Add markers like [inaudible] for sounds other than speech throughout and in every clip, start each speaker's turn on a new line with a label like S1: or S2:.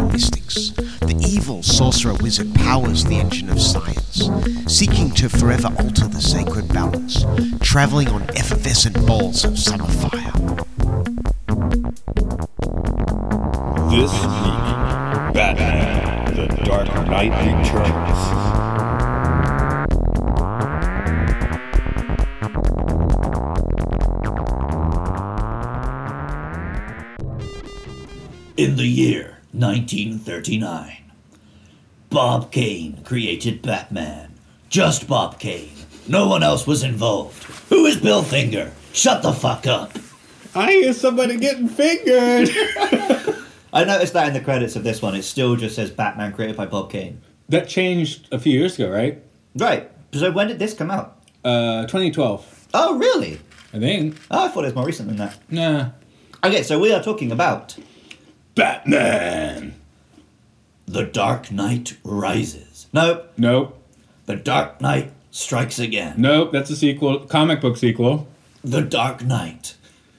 S1: of mystics, the evil sorcerer wizard powers the engine of science, seeking to forever alter the sacred balance, traveling on effervescent balls of summer fire.
S2: This week, Batman: The Dark Knight Returns.
S3: In the year 1939, Bob Kane created Batman. Just Bob Kane. No one else was involved. Who is Bill Finger? Shut the fuck up.
S4: I hear somebody getting fingered.
S3: I noticed that in the credits of this one, it still just says Batman created by Bob Kane.
S4: that changed a few years ago, right?
S3: Right. So when did this come out?
S4: Uh, 2012,
S3: Oh, really?
S4: I think.
S3: Oh, I thought it was more recent than that.
S4: Nah.
S3: Okay, so we are talking about
S2: Batman.
S3: The Dark Knight Rises. Nope.
S4: Nope.
S3: The Dark Knight Strikes Again.
S4: Nope. That's a sequel, comic book sequel.
S3: The Dark Knight.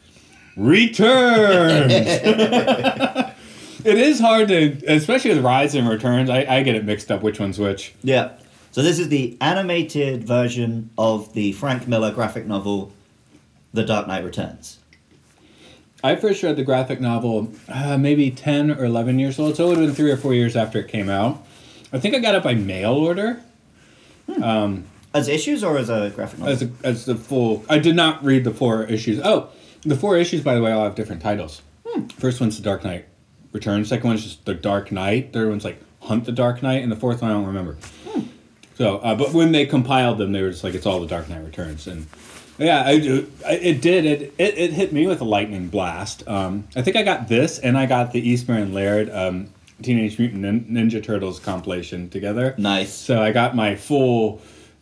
S2: [laughs]
S4: Returns. it is hard to, especially with Rise and Returns. I, I get it mixed up which one's which.
S3: Yeah. So this is the animated version of the Frank Miller graphic novel, The Dark Knight Returns.
S4: I first read the graphic novel uh, maybe 10 or 11 years old, so it would have been three or four years after it came out. I think I got it by mail order
S3: As issues or as a graphic novel?
S4: as, a, as the full. I did not read the four issues. Oh, the four issues, by the way, all have different titles. First one's The Dark Knight Returns, second one's just The Dark Knight, third one's like Hunt the Dark Knight, and the fourth one I don't remember. So, uh, but when they compiled them, they were just like, it's all The Dark Knight Returns. And yeah, I, do- I- it did. It, it, it hit me with a lightning blast. Um, I think I got this, and I got the Eastman Laird um, Teenage Mutant Nin- Ninja Turtles compilation together.
S3: Nice.
S4: So I got my full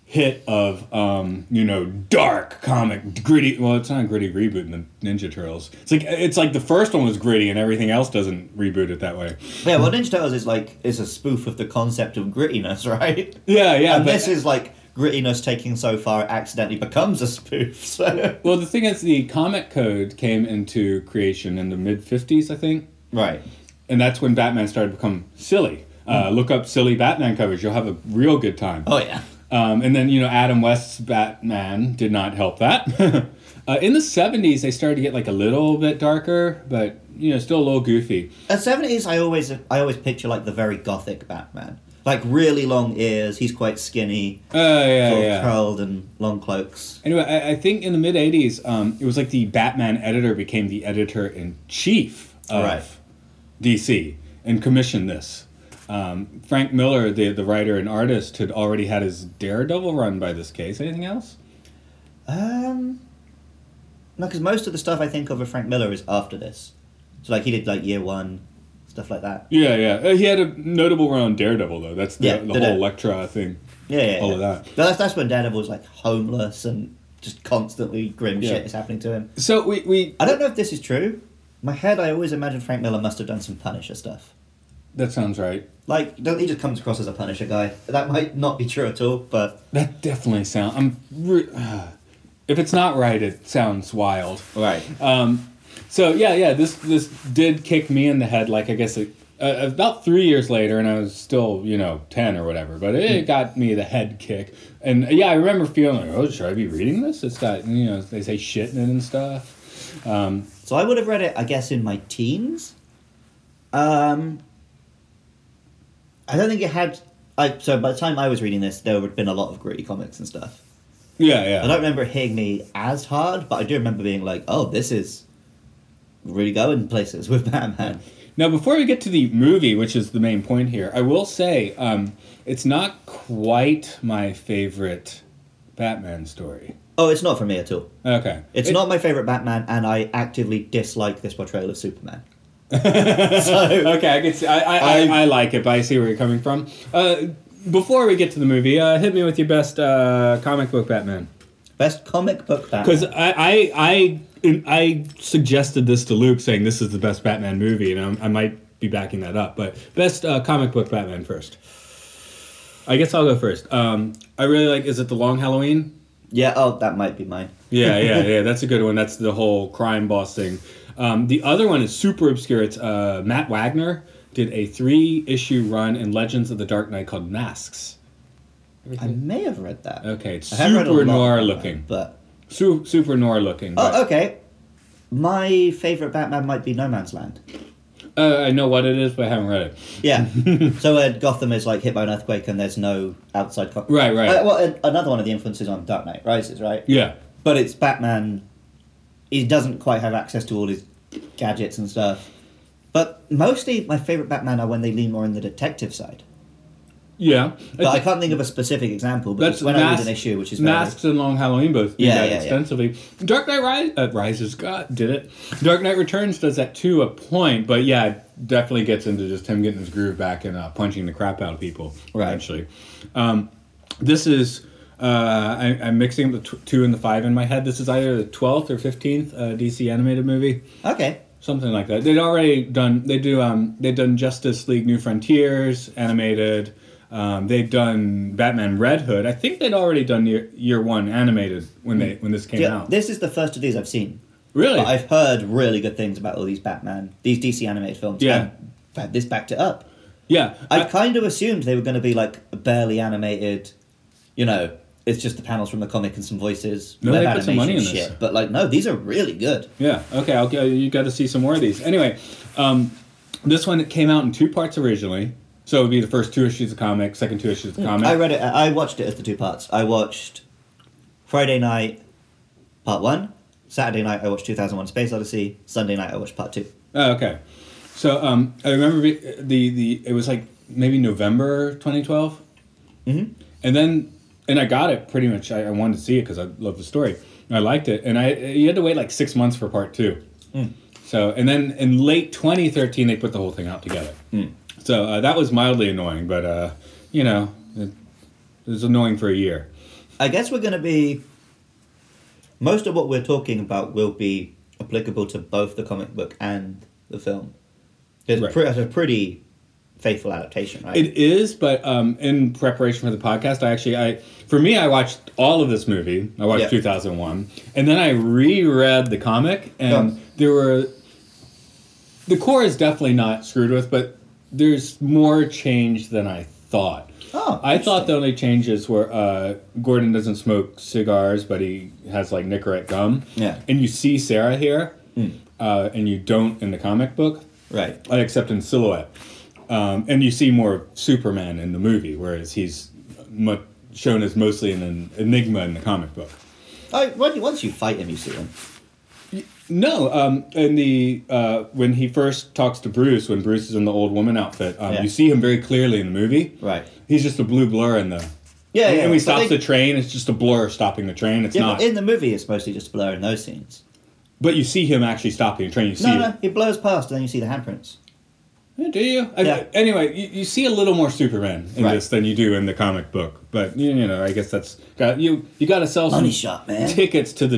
S4: hit of um, you know dark comic gritty. Well, it's not a gritty reboot in the Ninja Turtles. It's like it's like the first one was gritty, and everything else doesn't reboot it that way.
S3: yeah, well, Ninja Turtles is like is a spoof of the concept of grittiness, [laughs] right?
S4: Yeah, yeah.
S3: and
S4: but-
S3: this is like grittiness taking so far it accidentally becomes a spoof. [laughs] So
S4: well, the thing is, the comic code came into creation in the mid '50s, I think.
S3: right,
S4: and that's when Batman started to become silly. Uh, look up silly Batman covers; you'll have a real good time.
S3: oh yeah,
S4: Um, and then you know Adam West's Batman did not help that. [laughs] uh, in the seventies, they started to get like a little bit darker, but you know still a little goofy.
S3: at seventies I always I always picture like the very gothic Batman, like really long ears. He's quite skinny,
S4: Uh, yeah,
S3: sort of
S4: yeah.
S3: curled and long cloaks.
S4: Anyway, I, I think in the mid '80s, um, it was like the Batman editor became the editor in chief of
S3: Right.
S4: DC and commissioned this. Um, Frank Miller, the the writer and artist, had already had his Daredevil run by this case. Anything else?
S3: Um, no, because most of the stuff I think of with Frank Miller is after this. So like he did like year one, stuff like that.
S4: Yeah, yeah. Uh, he had a notable run on Daredevil though. That's the,
S3: Yeah,
S4: the
S3: did
S4: whole
S3: it.
S4: Elektra thing.
S3: Yeah, yeah.
S4: All
S3: yeah.
S4: of Oh, that.
S3: No, that's that's when Daredevil was like homeless and just constantly grim
S4: Yeah.
S3: shit is happening to him.
S4: So we, we
S3: I don't know if this is true. In my head, I always imagined Frank Miller must have done some Punisher stuff.
S4: that sounds right.
S3: Like, don't- he just comes across as a Punisher guy. That might not be true at all, but
S4: That definitely sounds. I'm. Re- [sighs] if it's not right, it sounds wild.
S3: right.
S4: Um, so yeah, yeah. This this did kick me in the head. Like I guess it, uh, about three years later, and I was still you know ten or whatever. But it got me the head kick. And uh, yeah, I remember feeling, oh, should I be reading this? It's got you know they say shit in it and stuff. Um,
S3: So I would have read it, I guess, in my teens. Um, I don't think it had. I so by the time I was reading this, there had been a lot of gritty comics and stuff.
S4: yeah, yeah.
S3: I don't remember it hitting me as hard, but I do remember being like, "Oh, this is really going places with [laughs] Batman."
S4: Now, before we get to the movie, which is the main point here, I will say um, it's not quite my favorite Batman story.
S3: Oh, it's not for me at all.
S4: Okay,
S3: It's
S4: It-
S3: not my favorite Batman, and I actively dislike this portrayal of Superman. so,
S4: Okay, I can see. I I, I, I like it, but I see where you're coming from. Uh, before we get to the movie, uh, hit me with your best uh, comic book Batman.
S3: best comic book Batman.
S4: Because I, I I I suggested this to Luke, saying this is the best Batman movie, and I'm, I might be backing that up. But best uh, comic book Batman first. I guess I'll go first. Um, I really like. Is it the Long Halloween?
S3: yeah, oh, that might be mine.
S4: Yeah, yeah, yeah. That's a good one. That's the whole crime boss thing. Um, the other one is super obscure. It's uh, Matt Wagner did a three issue run in Legends of the Dark Knight called Masks.
S3: I may have read that.
S4: Okay, it's
S3: I have read a
S4: super
S3: lot
S4: noir
S3: of that,
S4: looking.
S3: But
S4: Su- super noir looking. but-
S3: oh, okay. My favorite Batman might be No Man's Land. oh.
S4: uh, I know what it is, but I haven't read it.
S3: Yeah. [laughs] so uh, Gotham is like hit by an earthquake and there's no outside. Co-
S4: Right, right.
S3: Uh, well, an- another one of the influences on Dark Knight Rises, right?
S4: Yeah.
S3: But it's Batman. He doesn't quite have access to all his gadgets and stuff. But mostly, my favorite Batman are when they lean more on the detective side.
S4: Yeah.
S3: But I can't think of a specific example. But
S4: That's
S3: it's when I read
S4: Mas-
S3: an issue, which is very-
S4: Masks and Long Halloween both do
S3: Yeah,
S4: that
S3: yeah, yeah.
S4: extensively. Dark Knight Rise, uh, Rises, God, did it. Dark Knight Returns does that to a point, but yeah, it definitely gets into just him getting his groove back and uh, punching the crap out of people.
S3: Right.
S4: Eventually. Um, this is. Uh, I, I'm mixing the tw- two and the five in my head. This is either the 12th or 15th uh, DC animated movie
S3: okay.
S4: something like that. They'd already done. They do. Um, they've done Justice League: New Frontiers animated. Um, they've done Batman Red Hood. I think they'd already done year, year one animated when they when this came
S3: Yeah,
S4: out.
S3: this is the first of these I've seen.
S4: really?
S3: But I've heard really good things about all these Batman, these DC animated films.
S4: Yeah.
S3: and fa- this backed it up.
S4: yeah.
S3: I
S4: I-
S3: kind of assumed they were going to be like barely animated, you know, it's just the panels from the comic and some voices,
S4: No,
S3: web
S4: they put some
S3: animation
S4: money in this.
S3: shit. But like, no, these are really good.
S4: Yeah. Okay. I'll go, you got to see some more of these. Anyway, um, this one came out in two parts originally, so it would be the first two issues of comic, second two issues of comic.
S3: Hmm, I read it. I watched it as the two parts. I watched Friday night, part one. Saturday night, I watched 2001: Space Odyssey. Sunday night, I watched part two.
S4: Oh, okay. So um, I remember be- the the it was like maybe November 2012, mm-hmm. and then and I got it pretty much. I, I wanted to see it because I loved the story. And I liked it, and I you had to wait like six months for part two. So and then in late 2013 they put the whole thing out together. So uh, that was mildly annoying, but uh, you know it, it was annoying for a year.
S3: I guess we're going to be. Most of what we're talking about will be applicable to both the comic book and the film. It's,
S4: Right.
S3: pre- it's a pretty faithful adaptation, right?
S4: It is, but um, in preparation for the podcast, I actually, I for me, I watched all of this movie. I watched
S3: Yeah.
S4: 2001, and then I reread the comic, and
S3: Yeah.
S4: there were the core is definitely not screwed with, but there's more change than I thought.
S3: Oh,
S4: I thought the only changes were uh, Gordon doesn't smoke cigars, but he has like Nicorette gum.
S3: Yeah. Hmm.
S4: and you see Sarah here, uh, and you don't in the comic book
S3: right.
S4: uh, except in silhouette. Um, and you see more of Superman in the movie, whereas he's mu- shown as mostly an enigma in the comic book.
S3: I, when- Oh, once you fight him, you see him.
S4: No, um, in the uh, when he first talks to Bruce, when Bruce is in the old woman outfit, um,
S3: Yeah.
S4: you see him very clearly in the movie.
S3: Right.
S4: He's just a blue blur in the.
S3: Yeah,
S4: and,
S3: yeah.
S4: and we
S3: but
S4: stop
S3: they-
S4: the train. It's just a blur stopping the train. It's
S3: Yeah,
S4: not.
S3: but in the movie, it's mostly just blur in those scenes.
S4: but you see him actually stopping the train. You see.
S3: No,
S4: it.
S3: no, he blows past, and then you see the handprints.
S4: Yeah, Do you? I-
S3: Yeah.
S4: Anyway, you, you see a little more Superman in
S3: Right.
S4: this than you do in the comic book, but you, you know, I guess that's got you. You got to sell
S3: Money
S4: some
S3: shot, man.
S4: tickets to the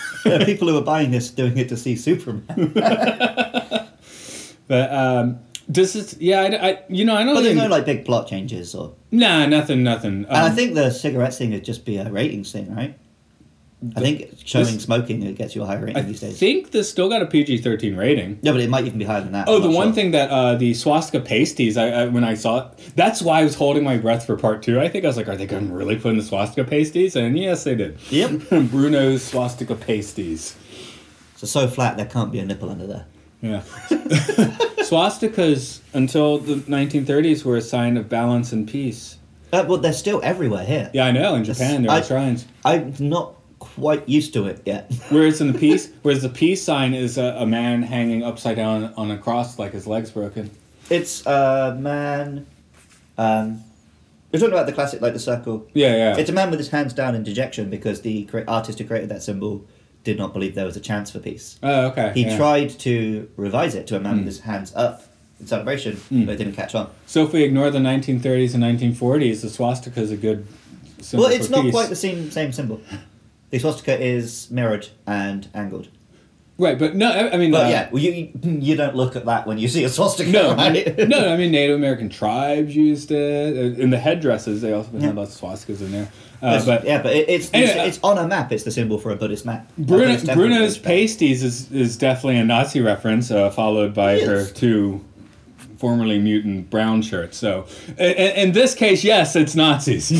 S3: [laughs] There are people who are buying this doing it to see
S4: [laughs]
S3: Superman.
S4: but um, this is yeah. I, I- you know I don't.
S3: But there's
S4: think,
S3: no like big plot changes, or
S4: nah, nothing, nothing.
S3: And
S4: Um,
S3: I think the cigarettes thing would just be a ratings thing, right? I think showing
S4: this-
S3: smoking it gets you a higher rating
S4: I
S3: these days.
S4: think this still got a PG thirteen rating.
S3: Yeah, but it might even be higher than that.
S4: Oh,
S3: I'm
S4: the
S3: not
S4: one
S3: sure.
S4: thing that uh, the swastika pasties, I, I when I saw it, that's why I was holding my breath for part two. I think I was like, are they going to really put in the swastika pasties? And yes, they did.
S3: Yep.
S4: [laughs] Bruno's swastika pasties.
S3: So so flat there can't be a nipple under there.
S4: Yeah. [laughs] Swastikas until the 1930s were a sign of balance and peace.
S3: Uh, well, they're still everywhere here.
S4: Yeah, I know. In Japan, there are
S3: I-
S4: shrines.
S3: I'm not quite used to it yet. [laughs]
S4: Whereas in the peace, [laughs] whereas the peace sign is a, a man hanging upside down on a cross, like his legs broken.
S3: it's uh, man. Um, we're talking about the classic, like the circle.
S4: Yeah, yeah.
S3: It's a man with his hands down in dejection because the cre- artist who created that symbol did not believe there was a chance for peace.
S4: Oh, okay.
S3: He
S4: yeah. Hmm.
S3: tried to revise it to a man with his hands up in celebration, but it didn't catch on.
S4: So if we ignore the 1930s and 1940s, the swastika is a good. symbol
S3: Well, it's
S4: for
S3: not
S4: peace.
S3: quite the same same symbol. The swastika is mirrored and angled.
S4: right, but no, I, I mean,
S3: But
S4: uh,
S3: yeah, well, you you don't look at that when you see a swastika, [laughs]
S4: No,
S3: right?
S4: [laughs] no, I mean Native American tribes used it. In the headdresses, they also
S3: Yeah.
S4: had lots of swastikas in there. Uh,
S3: That's-
S4: but
S3: yeah, but it, it's
S4: Anyway, uh,
S3: it's, it's on a map. It's the symbol for a Buddhist map. A
S4: Bruno,
S3: Buddhist temple
S4: Bruno's
S3: Buddhist map.
S4: pasties is, is definitely a Nazi reference, uh, followed by her
S3: Yes.
S4: two formerly mutant brown shirts. So, in, in this case, yes,
S3: [laughs]
S4: it's Nazis.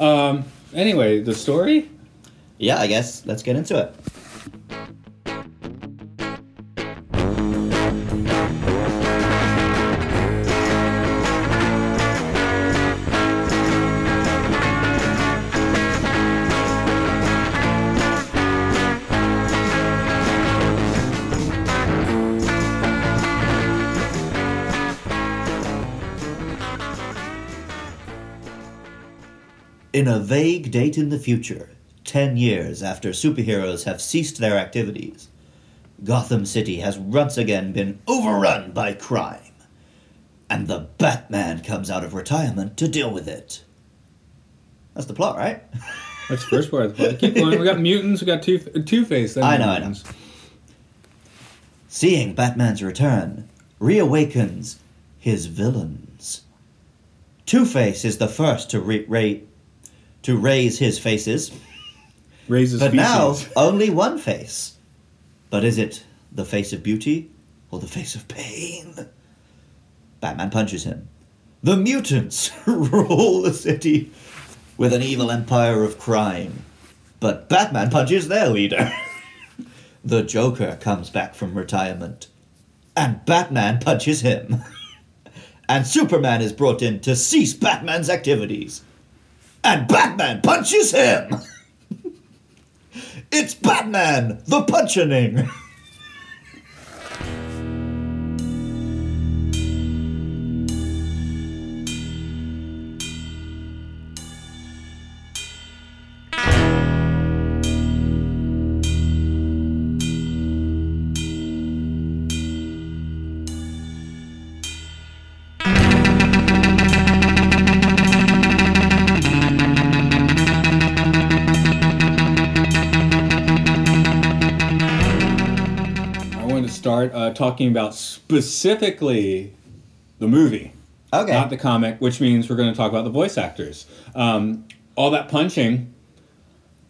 S4: um, anyway, the story.
S3: Yeah, I guess let's get into it. In a vague date in the future, 10 years after superheroes have ceased their activities, Gotham City has once again been overrun by crime. And the Batman comes out of retirement to deal with it. That's the plot, right?
S4: That's the first part of the plot. Keep going. We got mutants. We got two Two Face.
S3: I know, I know. Seeing Batman's return reawakens his villains. Two Face is the first to, re- ra- to raise his faces.
S4: Raises
S3: But now,
S4: species.
S3: only one face. But is it the face of beauty or the face of pain? Batman punches him. The mutants [laughs] rule the city with an evil empire of crime. But Batman punches their leader. [laughs] the Joker comes back from retirement. And Batman punches him. [laughs] and Superman is brought in to cease Batman's activities. And Batman punches him! It's Batman, the punching.
S4: I want to start uh, talking about specifically the movie.
S3: [laughs] Okay.
S4: Not the comic, which means we're going to talk about the voice actors. Um, all that punching.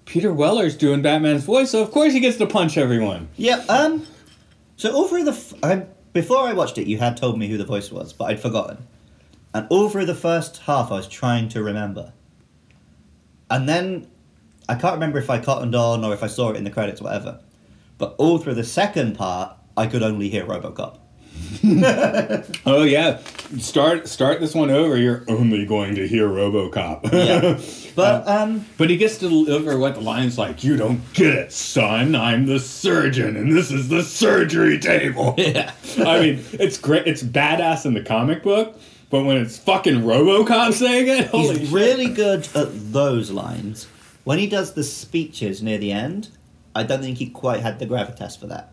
S4: Peter Weller's doing Batman's voice, so of course he gets to punch everyone.
S3: yeah. Um. So all through the f- I, before I watched it, you had told me who the voice was, but I'd forgotten. And all through the first half, I was trying to remember. And then I can't remember if I cottoned on or if I saw it in the credits, whatever. But all through the second part, I could only hear
S4: [laughs]
S3: RoboCop.
S4: Oh yeah, start start this one over. You're only going to hear RoboCop.
S3: Yeah.
S4: Uh,
S3: But um.
S4: [laughs] But he gets to deliver what the line's like. You don't get it, son. I'm the surgeon, and this is the surgery table.
S3: [laughs] Yeah.
S4: I mean, it's great. It's badass in the comic book, but when it's fucking RoboCop saying it, holy
S3: He's
S4: shit.
S3: really good at those lines. When he does the speeches near the end, I don't think he quite had the gravitas for that.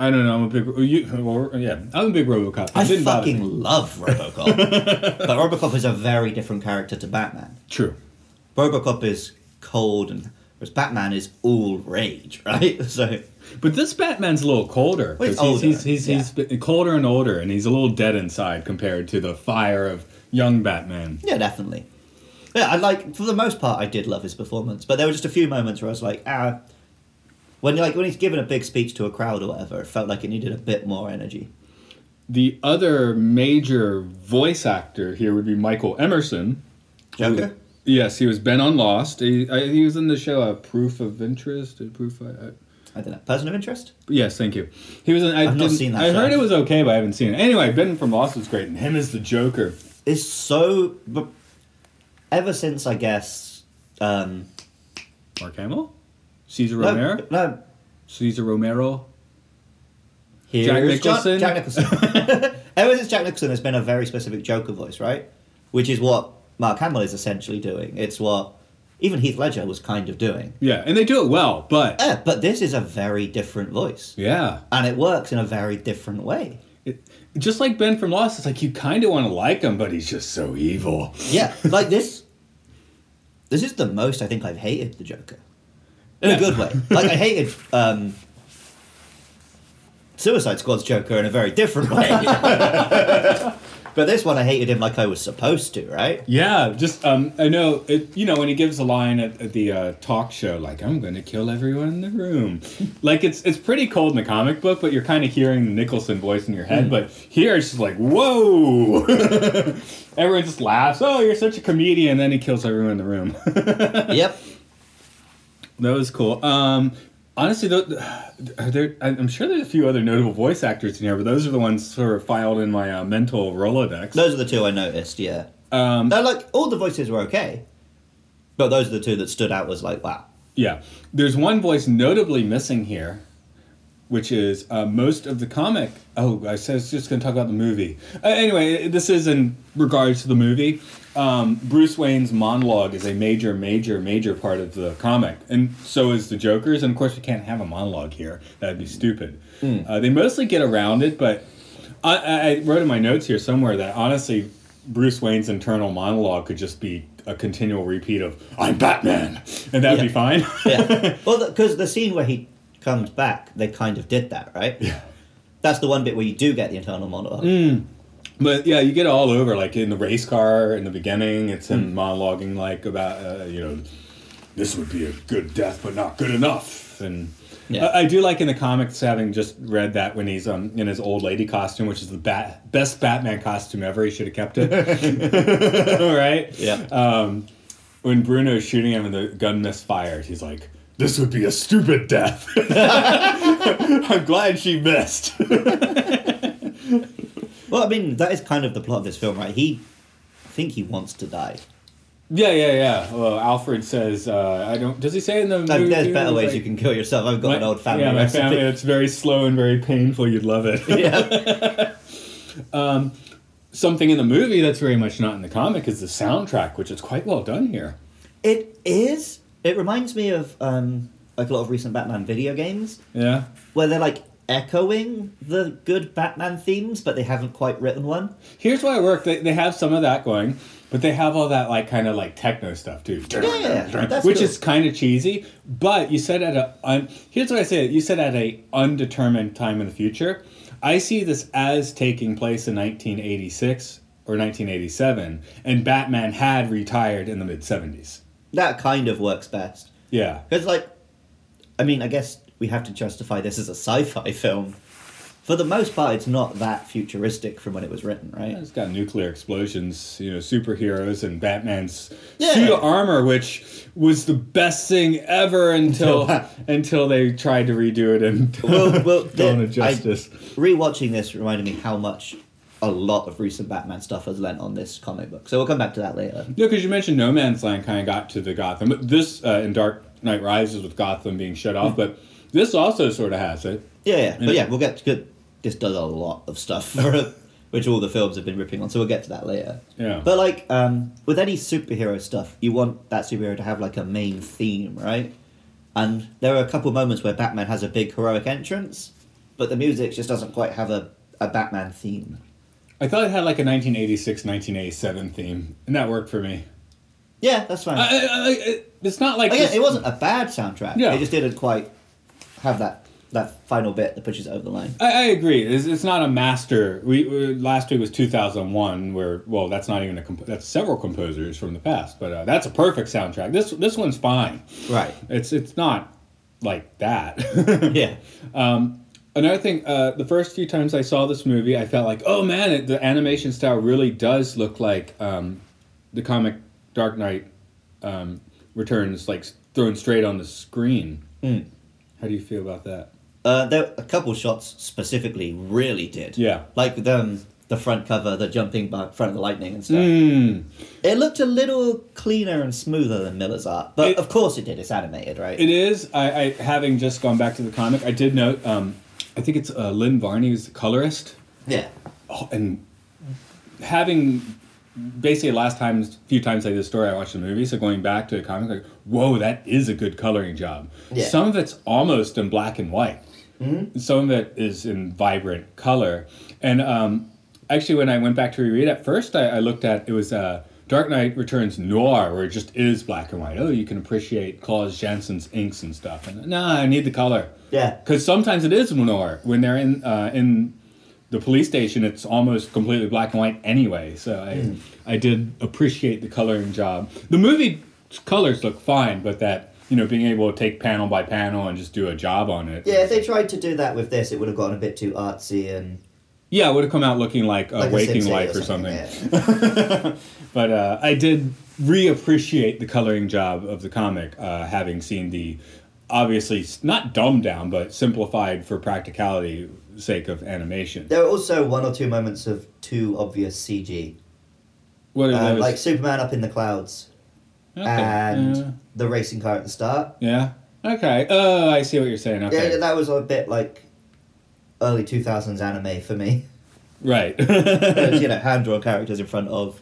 S4: I don't know. I'm a big. oh, You, well, yeah, I'm a big RoboCop.
S3: I
S4: It didn't bother
S3: fucking
S4: me.
S3: love
S4: [laughs]
S3: Robocop. but Robocop is a very different character to Batman.
S4: true.
S3: Robocop is cold and whereas Batman is all rage, [laughs] right? So
S4: But this Batman's a little colder.
S3: Well, he's
S4: 'cause he's,
S3: older,
S4: he's, he's, he's been colder and older, and he's a little dead inside compared to the fire of young Batman.
S3: yeah, definitely. Yeah, I like for the most part I did love his performance, but there were just a few moments where I was like, ah when like when he's giving a big speech to a crowd or whatever, it felt like it needed a bit more energy.
S4: The other major voice actor here would be Michael Emerson.
S3: Joker?
S4: Yes, he was Ben on Lost. He, I, he was in the show uh, Proof of Interest. uh, Proof. Of, uh,
S3: I don't know. Person of interest?
S4: yes, thank you. He was. In, I
S3: I've not
S4: didn't-
S3: seen that
S4: I heard
S3: show.
S4: it was okay, but I haven't seen it. Anyway, Ben from Lost was great, and him as the Joker.
S3: is so. But ever since I guess, um,
S4: Mark Hamill, Caesar
S3: no,
S4: Romero,
S3: no,
S4: Caesar Romero.
S3: here's
S4: Jack
S3: John-
S4: Nicholson?
S3: Jack
S4: [laughs]
S3: Nicholson. ever since Jack Nicholson, there's been a very specific Joker voice, right? Which is what Mark Hamill is essentially doing. It's what even Heath Ledger was kind of doing.
S4: Yeah, and they do it well, but
S3: Eh, but this is a very different voice.
S4: yeah,
S3: And it works in a very different way.
S4: it, just like Ben from Lost, it's like you kind of want to like him, but he's just so evil.
S3: [laughs] Yeah, like this. This is the most I think I've hated the Joker. In a good way. Like, I hated um, Suicide Squad's Joker in a very different [laughs] way. but this one I hated him like I was supposed to, right?
S4: Yeah, just um, I know it, you know when he gives a line at, at the uh, talk show like "I'm going to kill everyone in the room," like it's it's pretty cold in the comic book, but you're kind of hearing the Nicholson voice in your head. But here it's just like whoa, [laughs] everyone just laughs. Oh, you're such a comedian! And then he kills everyone in the room. [laughs]
S3: yep.
S4: that was cool. Um, honestly, though, are [sighs] there? I- I'm sure there's a few other notable voice actors in here, but those are the ones sort of filed in my uh, mental rolodex.
S3: Those are the two I noticed, yeah.
S4: Um,
S3: They're like, all the voices were okay. But those are the two that stood out was like, wow.
S4: Yeah. There's one voice notably missing here, which is uh, most of the comic. Oh, I said it's just going to talk about the movie. Uh, anyway, this is in regards to the movie. Um, Bruce Wayne's monologue is a major, major, major part of the comic, and so is the Joker's. And of course, we can't have a monologue here; that'd be stupid. Uh, they mostly get around it, but I- I, I wrote in my notes here somewhere that honestly, Bruce Wayne's internal monologue could just be a continual repeat of "I'm Batman," and that'd be
S3: Yeah.
S4: fine. [laughs]
S3: Yeah. [laughs] well, because the, scene where he comes back, they kind of did that, right? Yeah. Mm. That's the one bit where you do get the internal monologue.
S4: But yeah, you get all over like in the race car in the beginning. It's him
S3: Hmm.
S4: monologuing like about uh, you know
S5: This would be a good death, but not
S4: good enough, and
S3: Yeah.
S4: I, I do like in the comics having just read that when he's um in his old lady costume, which is the bat- best Batman costume ever. He should have
S3: [laughs]
S4: kept it, [laughs] right?
S3: Yeah.
S4: When Bruno's shooting him and the gun misfires, he's like,
S5: This would be a stupid death.
S4: [laughs]
S3: [laughs]
S4: "I'm glad she missed."
S3: well, I mean, that is kind of the plot of this film, right? He, I think he wants to die.
S4: yeah, yeah, yeah. Well, Alfred says, uh, "I don't." Does he say in the?
S3: Like,
S4: movie,
S3: there's better
S4: like,
S3: ways you can kill yourself. I've got
S4: my-
S3: an old family
S4: Yeah, my
S3: recipe.
S4: family. It's very slow and very painful. You'd love it.
S3: [laughs]
S4: Um,
S3: yeah.
S4: [laughs] something in the movie that's very much not in the comic is the soundtrack, which is quite well done here.
S3: It is. It reminds me of um, like a lot of recent Batman video games
S4: Yeah.
S3: where they're like echoing the good Batman themes, but they haven't quite written one.
S4: Here's why it worked. They, they have some of that going, but they have all that like kind of like techno stuff too.
S3: Yeah, that's
S4: which
S3: cool.
S4: is kind of cheesy, but you said at a un, here's what I said. You said at a undetermined time in the future. I see this as taking place in 1986 or 1987, and Batman had retired in the mid 70s.
S3: that kind of works best.
S4: Yeah,
S3: Because, like, I mean, I guess we have to justify this as a sci fi film. For the most part, it's not that futuristic from when it was written, right?
S4: It's got nuclear explosions, you know, superheroes, and Batman's
S3: Yeah.
S4: suit of armor, which was the best thing ever until
S3: Until-
S4: [laughs] until they tried to redo it [laughs] in
S3: Well, well,
S4: Dawn
S3: the-
S4: of Justice.
S3: I, rewatching this reminded me how much a lot of recent Batman stuff has lent on this comic book. So we'll come back to that later.
S4: No, because you mentioned No Man's Land kind of got to the Gotham. But This uh, in Dark Knight Rises with Gotham being shut off, but this also sort of has it.
S3: Yeah, yeah. But yeah, we'll get to good. This does a lot of stuff, for, [laughs] which all the films have been ripping on. So we'll get to that later.
S4: Yeah.
S3: But like, um, with any superhero stuff, you want that superhero to have like a main theme, right? And there are a couple moments where Batman has a big heroic entrance, but the music just doesn't quite have a, a Batman theme.
S4: I thought it had like a 1986, 1987 theme, and that worked for me.
S3: Yeah, that's fine.
S4: I, I, I, it's not like
S3: Like, Oh, yeah,
S4: this-
S3: it wasn't a bad soundtrack.
S4: Yeah.
S3: It just didn't quite have that that final bit that pushes it over the line.
S4: I, I agree. It's, it's not a master. We, we last week was two thousand one, where well, that's not even a comp- that's several composers from the past, but uh, that's a perfect soundtrack. This this one's fine.
S3: Right.
S4: It's it's not like that. [laughs]
S3: Yeah.
S4: Another thing, uh, the first few times I saw this movie, I felt like, oh man, it, the animation style really does look like um, the comic Dark Knight um, Returns, like s- thrown straight on the screen. How do you feel about that?
S3: Uh, there a couple shots specifically really did.
S4: Yeah.
S3: Like the um, the front cover, the jumping back front of the lightning and stuff.
S4: Mm.
S3: It looked a little cleaner and smoother than Miller's art, but
S4: It-
S3: of course it did. It's animated, right?
S4: It is. I, I having just gone back to the comic, I did note. Um, I think it's uh, Lynn Varney who's the colorist,
S3: yeah.
S4: oh, and having basically last times, few times I did a story, I watched the movie. So going back to the comic, like, whoa, that is a good coloring job.
S3: Yeah. Mm-hmm.
S4: Some of it's almost in black and white. Some of it is in vibrant color. And um, actually, when I went back to reread at first, I, I looked at it was uh, Dark Knight Returns Noir, where it just is black and white. Oh, you can appreciate Claus Janssen's inks and stuff. And no, I need the color.
S3: Yeah.
S4: Because sometimes it is noir when they're in uh, in the police station. It's almost completely black and white anyway. So I
S3: Hmm.
S4: I did appreciate the coloring job. The movie colors look fine, but that you know being able to take panel by panel and just do a job on it.
S3: Yeah, if they tried to do that with this, it would have gotten a bit too artsy and
S4: Yeah, it would have come out looking like, uh,
S3: like a
S4: Waking
S3: 6-8
S4: Life or something.
S3: yeah.
S4: But uh, I did reappreciate the coloring job of the comic, uh, having seen the obviously s- not dumbed down, but simplified for practicality sake of animation.
S3: there were also one or two moments of too obvious CG,
S4: What
S3: Uh,
S4: that was-
S3: like Superman up in the clouds
S4: okay,
S3: and
S4: yeah.
S3: the racing car at the start.
S4: Yeah. Okay. Oh, I see what you're saying.
S3: Yeah,
S4: Okay.
S3: Yeah, that was a bit like early two thousands anime for
S4: [laughs]
S3: me.
S4: right.
S3: you know, hand drawn characters in front of.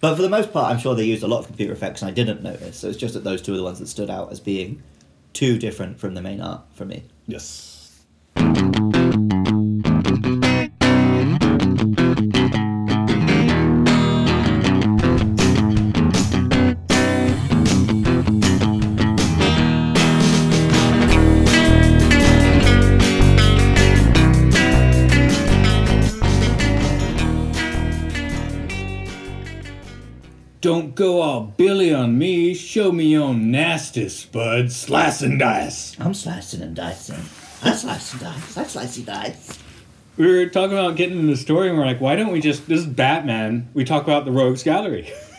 S3: But for the most part, I'm sure they used a lot of computer effects, and I didn't notice. So it's just that those two are the ones that stood out as being too different from the main art for me.
S4: yes. Don't go all Billy on me. Show me your nasty spud. Slice and dice.
S3: I'm slicing and dicing. I slice and dice. I slicey dice.
S4: we were talking about getting in the story and we're like why don't we just this is batman we talk about the rogues gallery [laughs]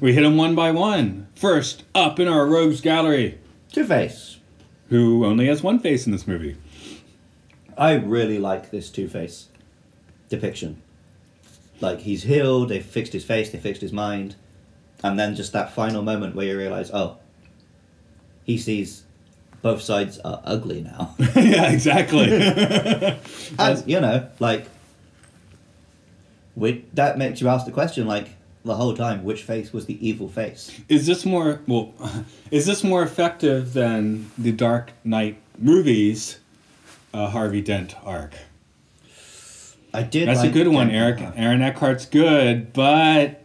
S4: we hit them one by one first up in our rogues gallery
S3: Two Face.
S4: who only has one face in this movie [laughs]
S3: I really like this Two Face depiction. Like he's healed, they fixed his face, they fixed his mind, and then just that final moment where you realize, oh, he sees both sides are ugly now. [laughs]
S4: yeah exactly
S3: and you know, like, which, that makes you ask the question, like, the whole time, which face was the evil face?
S4: is this more well is this more effective than the dark knight movies uh, harvey dent arc
S3: I did.
S4: that's a
S3: like
S4: good one
S3: Denver.
S4: eric aaron eckhart's good but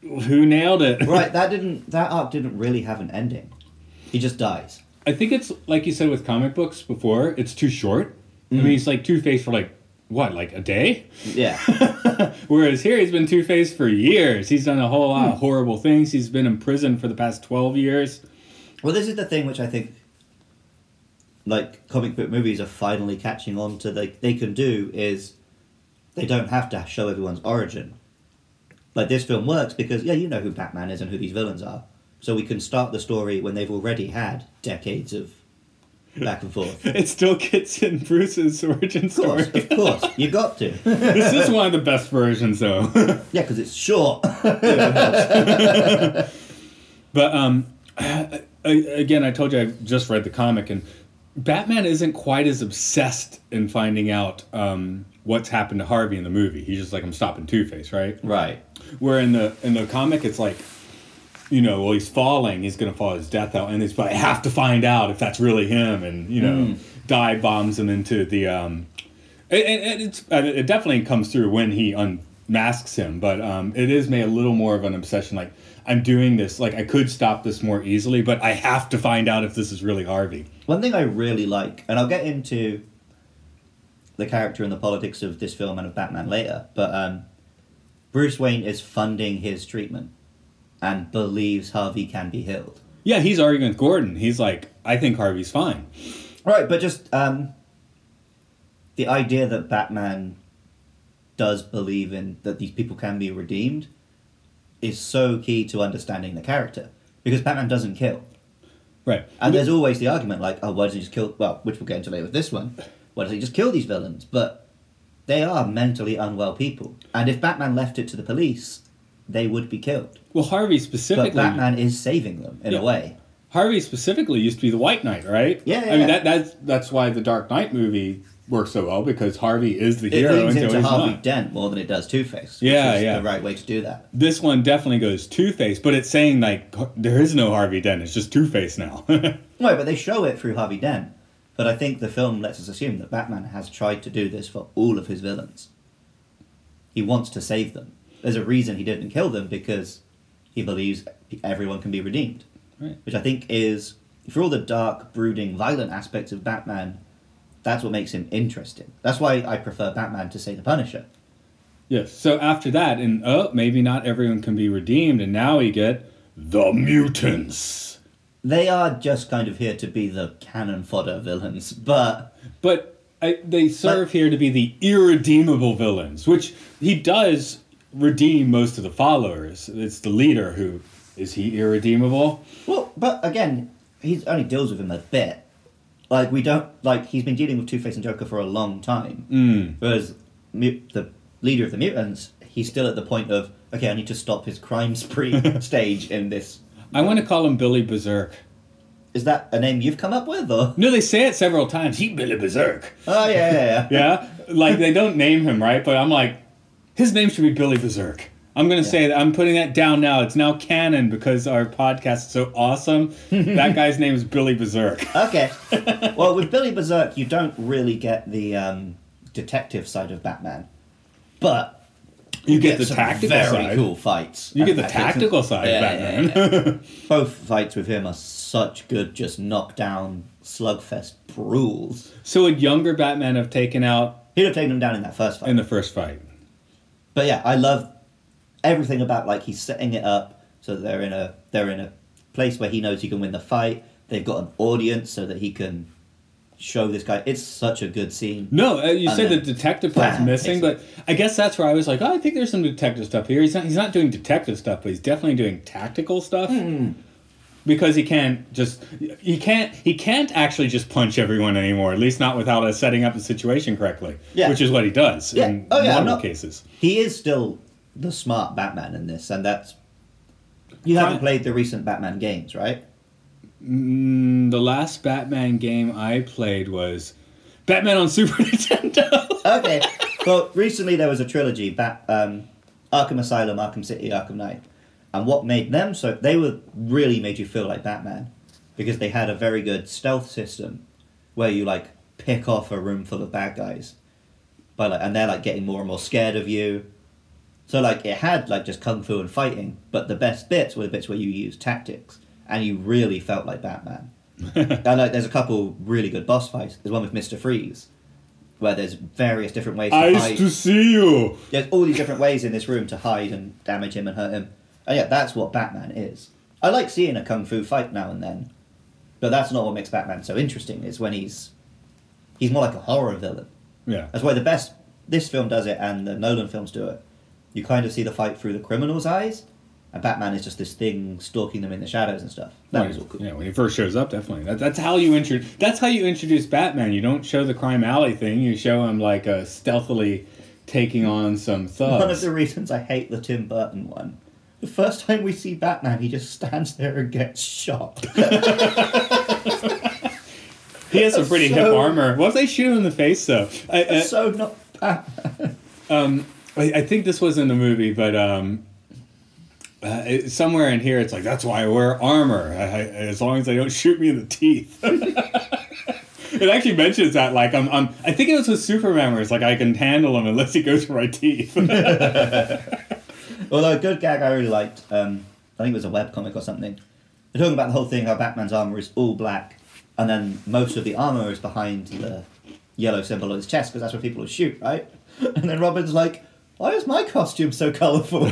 S4: who nailed
S3: [laughs]
S4: it
S3: right, that didn't. That arc didn't really have an ending. He just dies.
S4: I think it's like you said with comic books before, it's too short. I
S3: Mm.
S4: mean, he's like Two Face for like what, like a day? [laughs]
S3: Yeah.
S4: Whereas here, he's been Two Face for years. He's done a whole lot
S3: Hmm.
S4: of horrible things. He's been in prison for the past 12 years.
S3: Well, this is the thing which I think, like comic book movies are finally catching on to. They they can do is, they don't have to show everyone's origin. Like this film works because yeah, you know who Batman is and who these villains are, so we can start the story when they've already had decades of back and forth. Of
S4: It still [laughs] gets in Bruce's origin
S3: course,
S4: story.
S3: of course, you got to. Yeah,
S4: this is one of the best versions, though. [laughs]
S3: because it's short.
S4: But um, I- again, I told you I just read the comic, and Batman isn't quite as obsessed in finding out um, what's happened to Harvey in the movie. He's just like, I'm stopping Two Face, right?
S3: [laughs] right.
S4: Where in the in the comic, it's like, you know, well, he's falling. He's gonna fall his death out, and it's but I have to find out if that's really him, and you know, dive bombs him into the. Um, it, it, it- it's uh, it definitely comes through when he unmasks him, but um, it is made a little more of an obsession. Like I'm doing this, like I could stop this more easily, but I have to find out if this is really Harvey.
S3: One thing I really like, and I'll get into the character and the politics of this film and of Batman later, but um, Bruce Wayne is funding his treatment and believes Harvey can be healed.
S4: Yeah, he's arguing with Gordon. He's like, I think Harvey's fine.
S3: Right, but just um, the idea that Batman does believe in that these people can be redeemed is so key to understanding the character because Batman doesn't kill.
S4: Right.
S3: And there's always the argument like, oh, why doesn't he just kill? Well, which we'll get into later with this one. Why doesn't he just kill these villains? But they are mentally unwell people, and if Batman left it to the police, they would be killed.
S4: Well, Harvey
S3: But
S4: specifically.
S3: Batman is saving them in
S4: Yeah.
S3: a way.
S4: Harvey specifically used to be the White Knight, right?
S3: Yeah, yeah,
S4: I mean
S3: yeah.
S4: that that's that's why the Dark Knight movie works so well because Harvey is the
S3: It
S4: hero
S3: leans
S4: until
S3: into
S4: he's
S3: Harvey
S4: not.
S3: Dent more than it does Two Face.
S4: Yeah, yeah.
S3: The right way to do that.
S4: This one definitely goes Two Face, but it's saying like there is no Harvey Dent. It's just Two Face now. [laughs]
S3: No, but they show it through Harvey Dent. But I think the film lets us assume that Batman has tried to do this for all of his villains. He wants to save them. There's a reason he didn't kill them because he believes everyone can be redeemed.
S4: Right.
S3: Which I think is, for all the dark, brooding, violent aspects of Batman, that's what makes him interesting. That's why I prefer Batman to, say, The Punisher.
S4: yes. So after that, and oh, maybe not everyone can be redeemed, and now we get the mutants.
S3: They are just kind of here to be the cannon fodder villains, [laughs] but
S4: But I, they serve here to be the irredeemable villains, which he does redeem most of the followers. It's the leader who is he irredeemable?
S3: Well, but again, he only deals with him a bit. Like we don't like he's been dealing with Two Face and Joker for a long time. Mm. Whereas mu- the leader of the mutants, he's still at the point of okay, I need to stop his crime
S4: [laughs]
S3: spree stage in this.
S4: I want to call him Billy Berserk.
S3: Is that a name you've come up with, or
S4: No, they say it several times. He Billy Berserk.
S3: oh yeah, yeah, yeah.
S4: [laughs] Yeah, like they don't name him right, but I'm like, his name should be Billy Berserk. I'm gonna say that I'm putting that down now. It's now canon because our podcast is so
S3: [laughs]
S4: awesome. that guy's name is Billy Berserk.
S3: Okay. well, with Billy Berserk, you don't really get the um, detective side of Batman, but
S4: You get the
S3: some
S4: tactical
S3: very
S4: side.
S3: cool fights.
S4: You get the
S3: And tactics and-
S4: tactical side,
S3: Yeah,
S4: of
S3: yeah,
S4: Batman.
S3: both fights with him are such good, just knockdown slugfest brawls.
S4: [laughs] So would younger Batman have taken out
S3: He'd have taken him down in that first fight.
S4: in the first fight?
S3: but yeah, I love everything about like he's setting it up so that they're in a they're in a place where he knows he can win the fight. They've got an audience so that he can show this guy. It's such a good scene.
S4: No, uh, you
S3: And
S4: said the
S3: then-
S4: detective part's
S3: Bam,
S4: missing, but I guess that's where I was like, oh, I think there's some detective stuff here. He's not he's not doing detective stuff, but he's definitely doing tactical stuff.
S3: Hmm,
S4: Because he can't just he can't he can't actually just punch everyone anymore. At least not without us setting up the situation correctly,
S3: Yeah.
S4: which is what he does
S3: Yeah.
S4: in
S3: Oh, yeah, I'm
S4: normal
S3: not-
S4: cases.
S3: He is still the smart Batman in this, and that's you haven't
S4: Fine.
S3: played the recent Batman games, right?
S4: Mm, the last Batman game I played was Batman on Super [laughs] Nintendo. [laughs]
S3: okay. Well, recently there was a trilogy, Bat, um, Arkham Asylum, Arkham City, Arkham Knight. And what made them so they were really made you feel like Batman because they had a very good stealth system where you like pick off a room full of bad guys by like and they're like getting more and more scared of you. So like it had like just kung fu and fighting, but the best bits were the bits where you used tactics and you really felt like Batman. and like there's a couple really good boss fights. There's one with Mr. Freeze where there's various different ways to
S4: Eyes
S3: hide
S4: to see you.
S3: there's all these different ways in this room to hide and damage him and hurt him. And yeah, that's what Batman is. I like seeing a kung fu fight now and then, but that's not what makes Batman so interesting. Is when he's he's more like a horror villain.
S4: Yeah.
S3: That's why the best this film does it, and the Nolan films do it. You kind of see the fight through the criminal's eyes, and Batman is just this thing stalking them in the shadows and stuff. That
S4: Right.
S3: was all cool.
S4: Yeah, when he first shows up, definitely. That, that's how you intro. That's how you introduce Batman. You don't show the crime alley thing. You show him like uh, stealthily taking on
S3: One
S4: some
S3: of [laughs]
S4: thugs.
S3: the reasons I hate the Tim Burton one. The first time we see Batman, he just stands there and gets shot. [laughs]
S4: he has some pretty
S3: so-
S4: hip armor. What if they shoot him in the face though? I, I,
S3: so not Batman.
S4: I, I think this was in the movie, but um, uh, it, somewhere in here, it's like that's why I wear armor. I, I, as long as they don't shoot me in the teeth. [laughs] It actually mentions that, like, I'm, I'm, I think it was with Superman, where it's like I can handle him unless he goes for my teeth. [laughs]
S3: Although a good gag I really liked, um, I think it was a webcomic or something. They're talking about the whole thing how Batman's armour is all black, and then most of the armour is behind the yellow symbol on his chest, because that's where people would shoot, right? [laughs] And then Robin's like, why is my costume so colourful?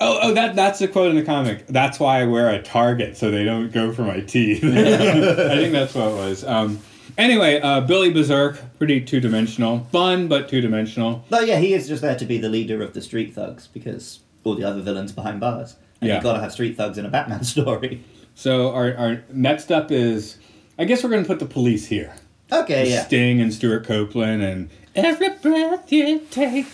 S4: Oh, oh, that that's the quote in the comic. That's why I wear a target so they don't go for my teeth. [laughs] I think that's what it was. Um, anyway, uh, Billy Berserk, pretty two dimensional, fun but two dimensional.
S3: [laughs] but yeah, he is just there to be the leader of the street thugs, because all the other villains behind bars. And
S4: Yeah.
S3: you've got to have street thugs in a Batman [laughs] story.
S4: So our our next up is, I guess we're gonna put the police here.
S3: Okay, yeah.
S4: Sting and Stuart Copeland and every breath you take.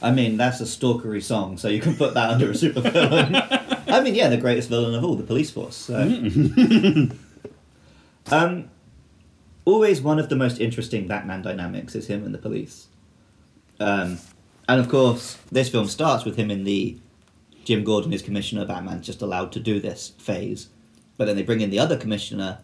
S3: I mean, that's a stalkery song, so you can put that under a super villain. I mean, yeah, the greatest villain of all, the police force. So. um, always one of the most interesting Batman dynamics is him and the police. Um, and of course, this film starts with him in the Jim Gordon is commissioner, Batman's just allowed to do this phase. But then they bring in the other commissioner,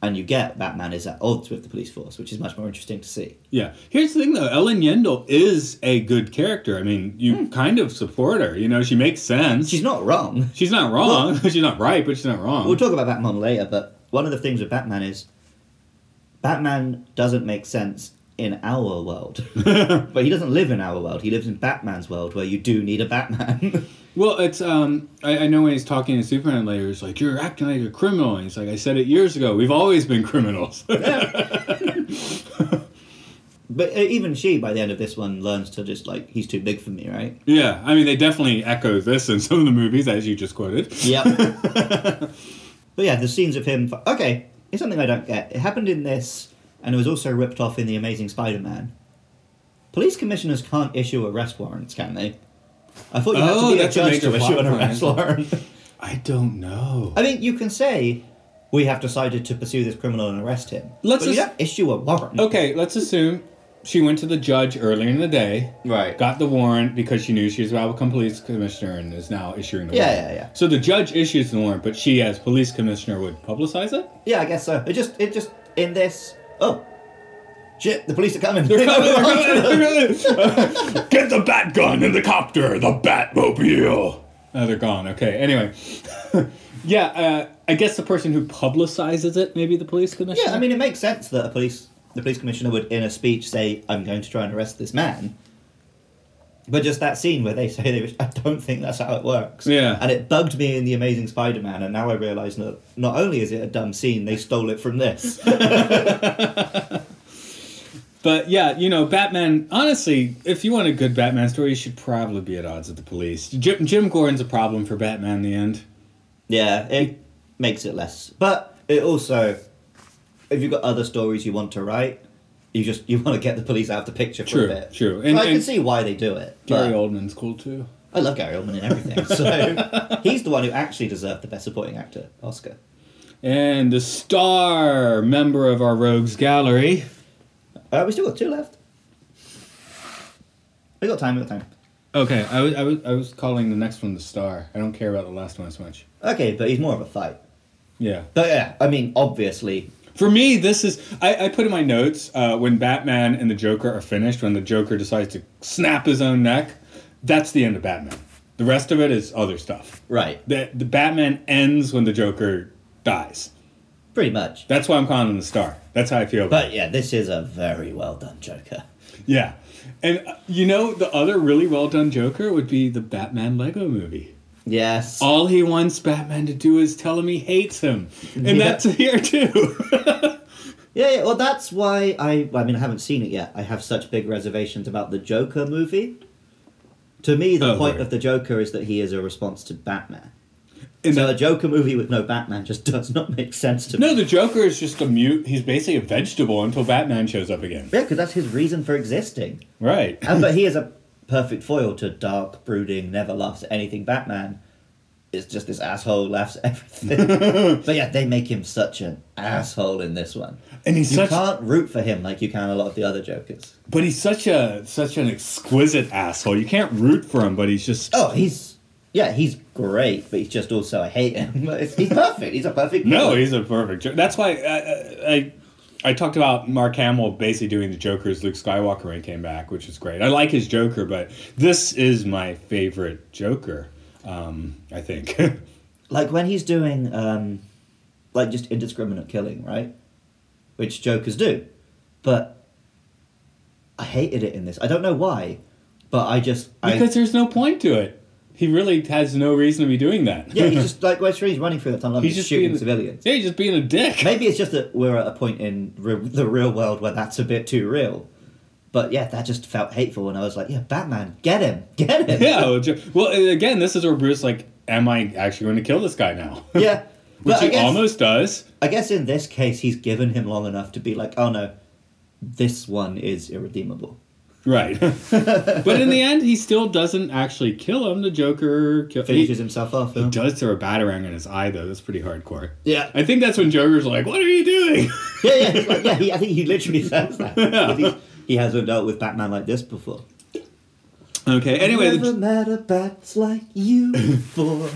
S3: and you get Batman is at odds with the police force, which is much more interesting to see.
S4: Yeah. Here's the thing, though. Ellen Yendel is a good character. I mean, you kind of support her. You know, she makes sense.
S3: Hmm. She's not wrong.
S4: She's not wrong. [laughs] she's not right, but she's not wrong.
S3: We'll talk about Batman later, but one of the things with Batman is Batman doesn't make sense in our
S4: [laughs]
S3: world. but he doesn't live in our world. He lives in Batman's world where you do need a Batman. [laughs]
S4: well, it's um, I, I know when he's talking to Superman later, he's like, "You're acting like a criminal." And he's like, "I said it years ago. We've always been criminals." [laughs]
S3: but uh, even she, by the end of this one, learns to just like, he's too big for me, right?
S4: yeah. I mean, they definitely echo this in some of the movies, as you just quoted.
S3: Yep. [laughs] but yeah, the scenes of him. F okay, here's something I don't get. It happened in this, and it was also ripped off in The Amazing Spider Man. Police commissioners can't issue arrest warrants, can they? I thought you had
S4: Oh,
S3: to be a
S4: that's a
S3: judge
S4: major
S3: to issue
S4: plot
S3: an arrest
S4: point.
S3: warrant.
S4: I don't know.
S3: I mean, you can say, we have decided to pursue this criminal and arrest him.
S4: Let's
S3: but you
S4: just-
S3: don't issue a warrant.
S4: Okay, let's assume she went to the judge earlier in the day.
S3: Right.
S4: Got the warrant because she knew she was about to become police commissioner and is now issuing the
S3: Yeah,
S4: warrant.
S3: yeah, yeah.
S4: So the judge issues the warrant, but she, as police commissioner, would publicize it.
S3: Yeah, I guess so. It just, it just, in this, oh, shit, the police are
S5: [laughs]
S3: coming.
S5: Get the bat gun and the copter, the Batmobile.
S4: oh, they're gone. Okay. Anyway. [laughs] yeah, uh, I guess the person who publicizes it, maybe the police
S3: [laughs]
S4: commissioner.
S3: Yeah, I mean, it makes sense that a police, the police commissioner would, in a speech, say, "I'm going to try and arrest this man." But just that scene where they [laughs] say they, wish- I don't think that's how it works.
S4: Yeah.
S3: and it bugged me in the Amazing Spider-Man, and now I realise that not only is it a dumb scene, they stole it from this.
S4: But yeah, you know, Batman. Honestly, if you want a good Batman story, you should probably be at odds with the police. Jim, Jim Gordon's a problem for Batman in the end.
S3: yeah, it makes it less. But it also, if you've got other stories you want to write, you just you want to get the police out of the picture for
S4: True,
S3: a bit.
S4: true.
S3: and
S4: And-
S3: I can
S4: and-
S3: see why they do it.
S4: Gary
S3: but-
S4: Oldman's cool too.
S3: I love Gary Oldman in everything.
S4: [laughs]
S3: So he's the one who actually deserved the Best Supporting Actor Oscar.
S4: And the star member of our Rogues Gallery.
S3: Uh, we still got two left. We got time. We got time.
S4: Okay, I was, I, was, I was calling the next one the star. I don't care about the last one as much.
S3: Okay, but he's more of a fight.
S4: Yeah.
S3: But yeah, I mean, obviously,
S4: For me, this is. I, I put in my notes uh, when Batman and the Joker are finished, when the Joker decides to snap his own neck, that's the end of Batman. The rest of it is other stuff.
S3: right?
S4: The, the Batman ends when the Joker dies.
S3: Pretty much.
S4: That's why I'm calling him the star. That's how I feel about it.
S3: But yeah, this is a very well done Joker.
S4: Yeah. And uh, you know, the other really well done Joker would be the Batman Lego movie.
S3: Yes.
S4: All he wants Batman to do is tell him he hates him. And
S3: Yeah.
S4: that's here too.
S3: Yeah, yeah. Well, that's why I. I mean, I haven't seen it yet. I have such big reservations about the Joker movie. To me, the
S4: Oh,
S3: point
S4: right.
S3: of the Joker is that he is a response to Batman.
S4: And
S3: So
S4: the-
S3: a Joker movie with no Batman just [laughs] does not make sense to me.
S4: no, the Joker is just a mute. He's basically a vegetable until Batman shows up again.
S3: Yeah, because that's his reason for existing.
S4: Right.
S3: And, but he is a perfect foil to dark, brooding, never laughs at anything Batman. It's just this asshole laughs at
S4: [laughs]
S3: everything. but yeah, they make him such an asshole in this one.
S4: And he's
S3: you
S4: such
S3: can't root for him like you can a lot of the other Jokers.
S4: but he's such a such an exquisite asshole. You can't root for him, but he's just
S3: Oh, he's yeah, he's great, but he's just also I hate him. [laughs] But it's- he's perfect. He's a perfect.
S4: No,
S3: villain.
S4: he's a perfect Joker. That's why I, I I talked about Mark Hamill basically doing the Joker as Luke Skywalker when he came back, which is great. I like his Joker, but this is my favorite Joker. Um, I think. [laughs]
S3: like when he's doing um, like just indiscriminate killing, right? Which Jokers do, but I hated it in this. I don't know why, but I just I,
S4: because there's no point to it. He really has no reason to be doing that. [laughs]
S3: yeah, he's just like West he's running through the tunnel, he's, just shooting
S4: being,
S3: civilians.
S4: Yeah, he's just being a dick.
S3: Maybe it's just that we're at a point in re- the real world where that's a bit too real. But yeah, that just felt hateful, and I was like, yeah, Batman, get him, get him.
S4: Yeah. well, Jo- Well, and again, this is where Bruce like, am I actually going to kill this guy now?
S3: yeah.
S4: [laughs] Which
S3: But I
S4: he
S3: guess-
S4: almost does.
S3: I guess in this case, he's given him long enough to be like, oh no, this one is irredeemable.
S4: [laughs] Right. but in the end, he still doesn't actually kill him. The Joker kill-
S3: Finishes
S4: he,
S3: himself off.
S4: he
S3: huh?
S4: does throw a batarang in his eye, though. That's pretty hardcore. [laughs]
S3: Yeah.
S4: I think that's when Joker's like, "What are you doing?"
S3: yeah, yeah, it's like- yeah. He, I think he literally says that. 'Cause he's- He hasn't dealt with Batman like this before.
S4: [laughs] okay. Anyway, the-
S3: Never met a bat like you
S4: [laughs]
S3: before.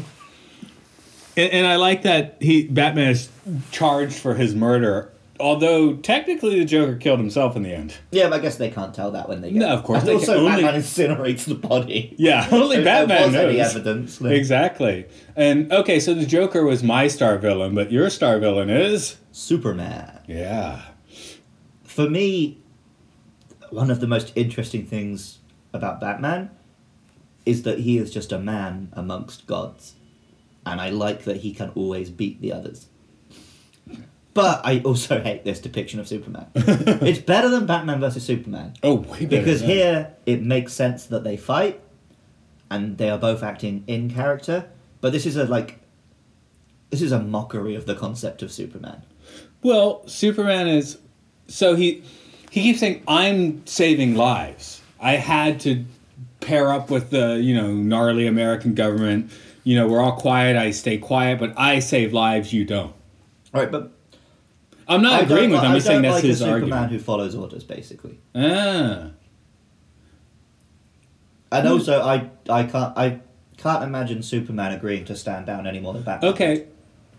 S4: And, and I like that he Batman is charged for his murder, although technically the Joker killed himself in the end.
S3: yeah, but I guess they can't tell that when they get.
S4: No, of course
S3: And
S4: they
S3: also,
S4: can only-
S3: Batman incinerates the body.
S4: Yeah, [laughs] only
S3: If there
S4: Batman
S3: was any
S4: knows.
S3: evidence. no.
S4: Exactly. And okay, so the Joker was my star villain, but your star villain is
S3: Superman.
S4: yeah.
S3: for me, one of the most interesting things about Batman is that he is just a man amongst gods. And I like that he can always beat the others. But I also [laughs] hate this depiction of
S4: [laughs]
S3: Superman. it's better than Batman versus Superman.
S4: Oh, way better.
S3: Because
S4: than that.
S3: here it makes sense that they fight and they are both acting in character. But this is a like this is a mockery of the concept of Superman.
S4: Well, Superman is so he he keeps saying I'm saving lives. I had to pair up with the, you know, gnarly American government. You know, we're all quiet, I stay quiet, but I save lives, you don't.
S3: Right, but
S4: I'm not
S3: don't
S4: agreeing with
S3: li-
S4: him. I'm just saying
S3: don't
S4: that's
S3: like
S4: his
S3: a Superman
S4: argument.
S3: who follows orders, basically.
S4: Ah.
S3: And also, I I can't I can't imagine Superman agreeing to stand down any more than Batman.
S4: Okay.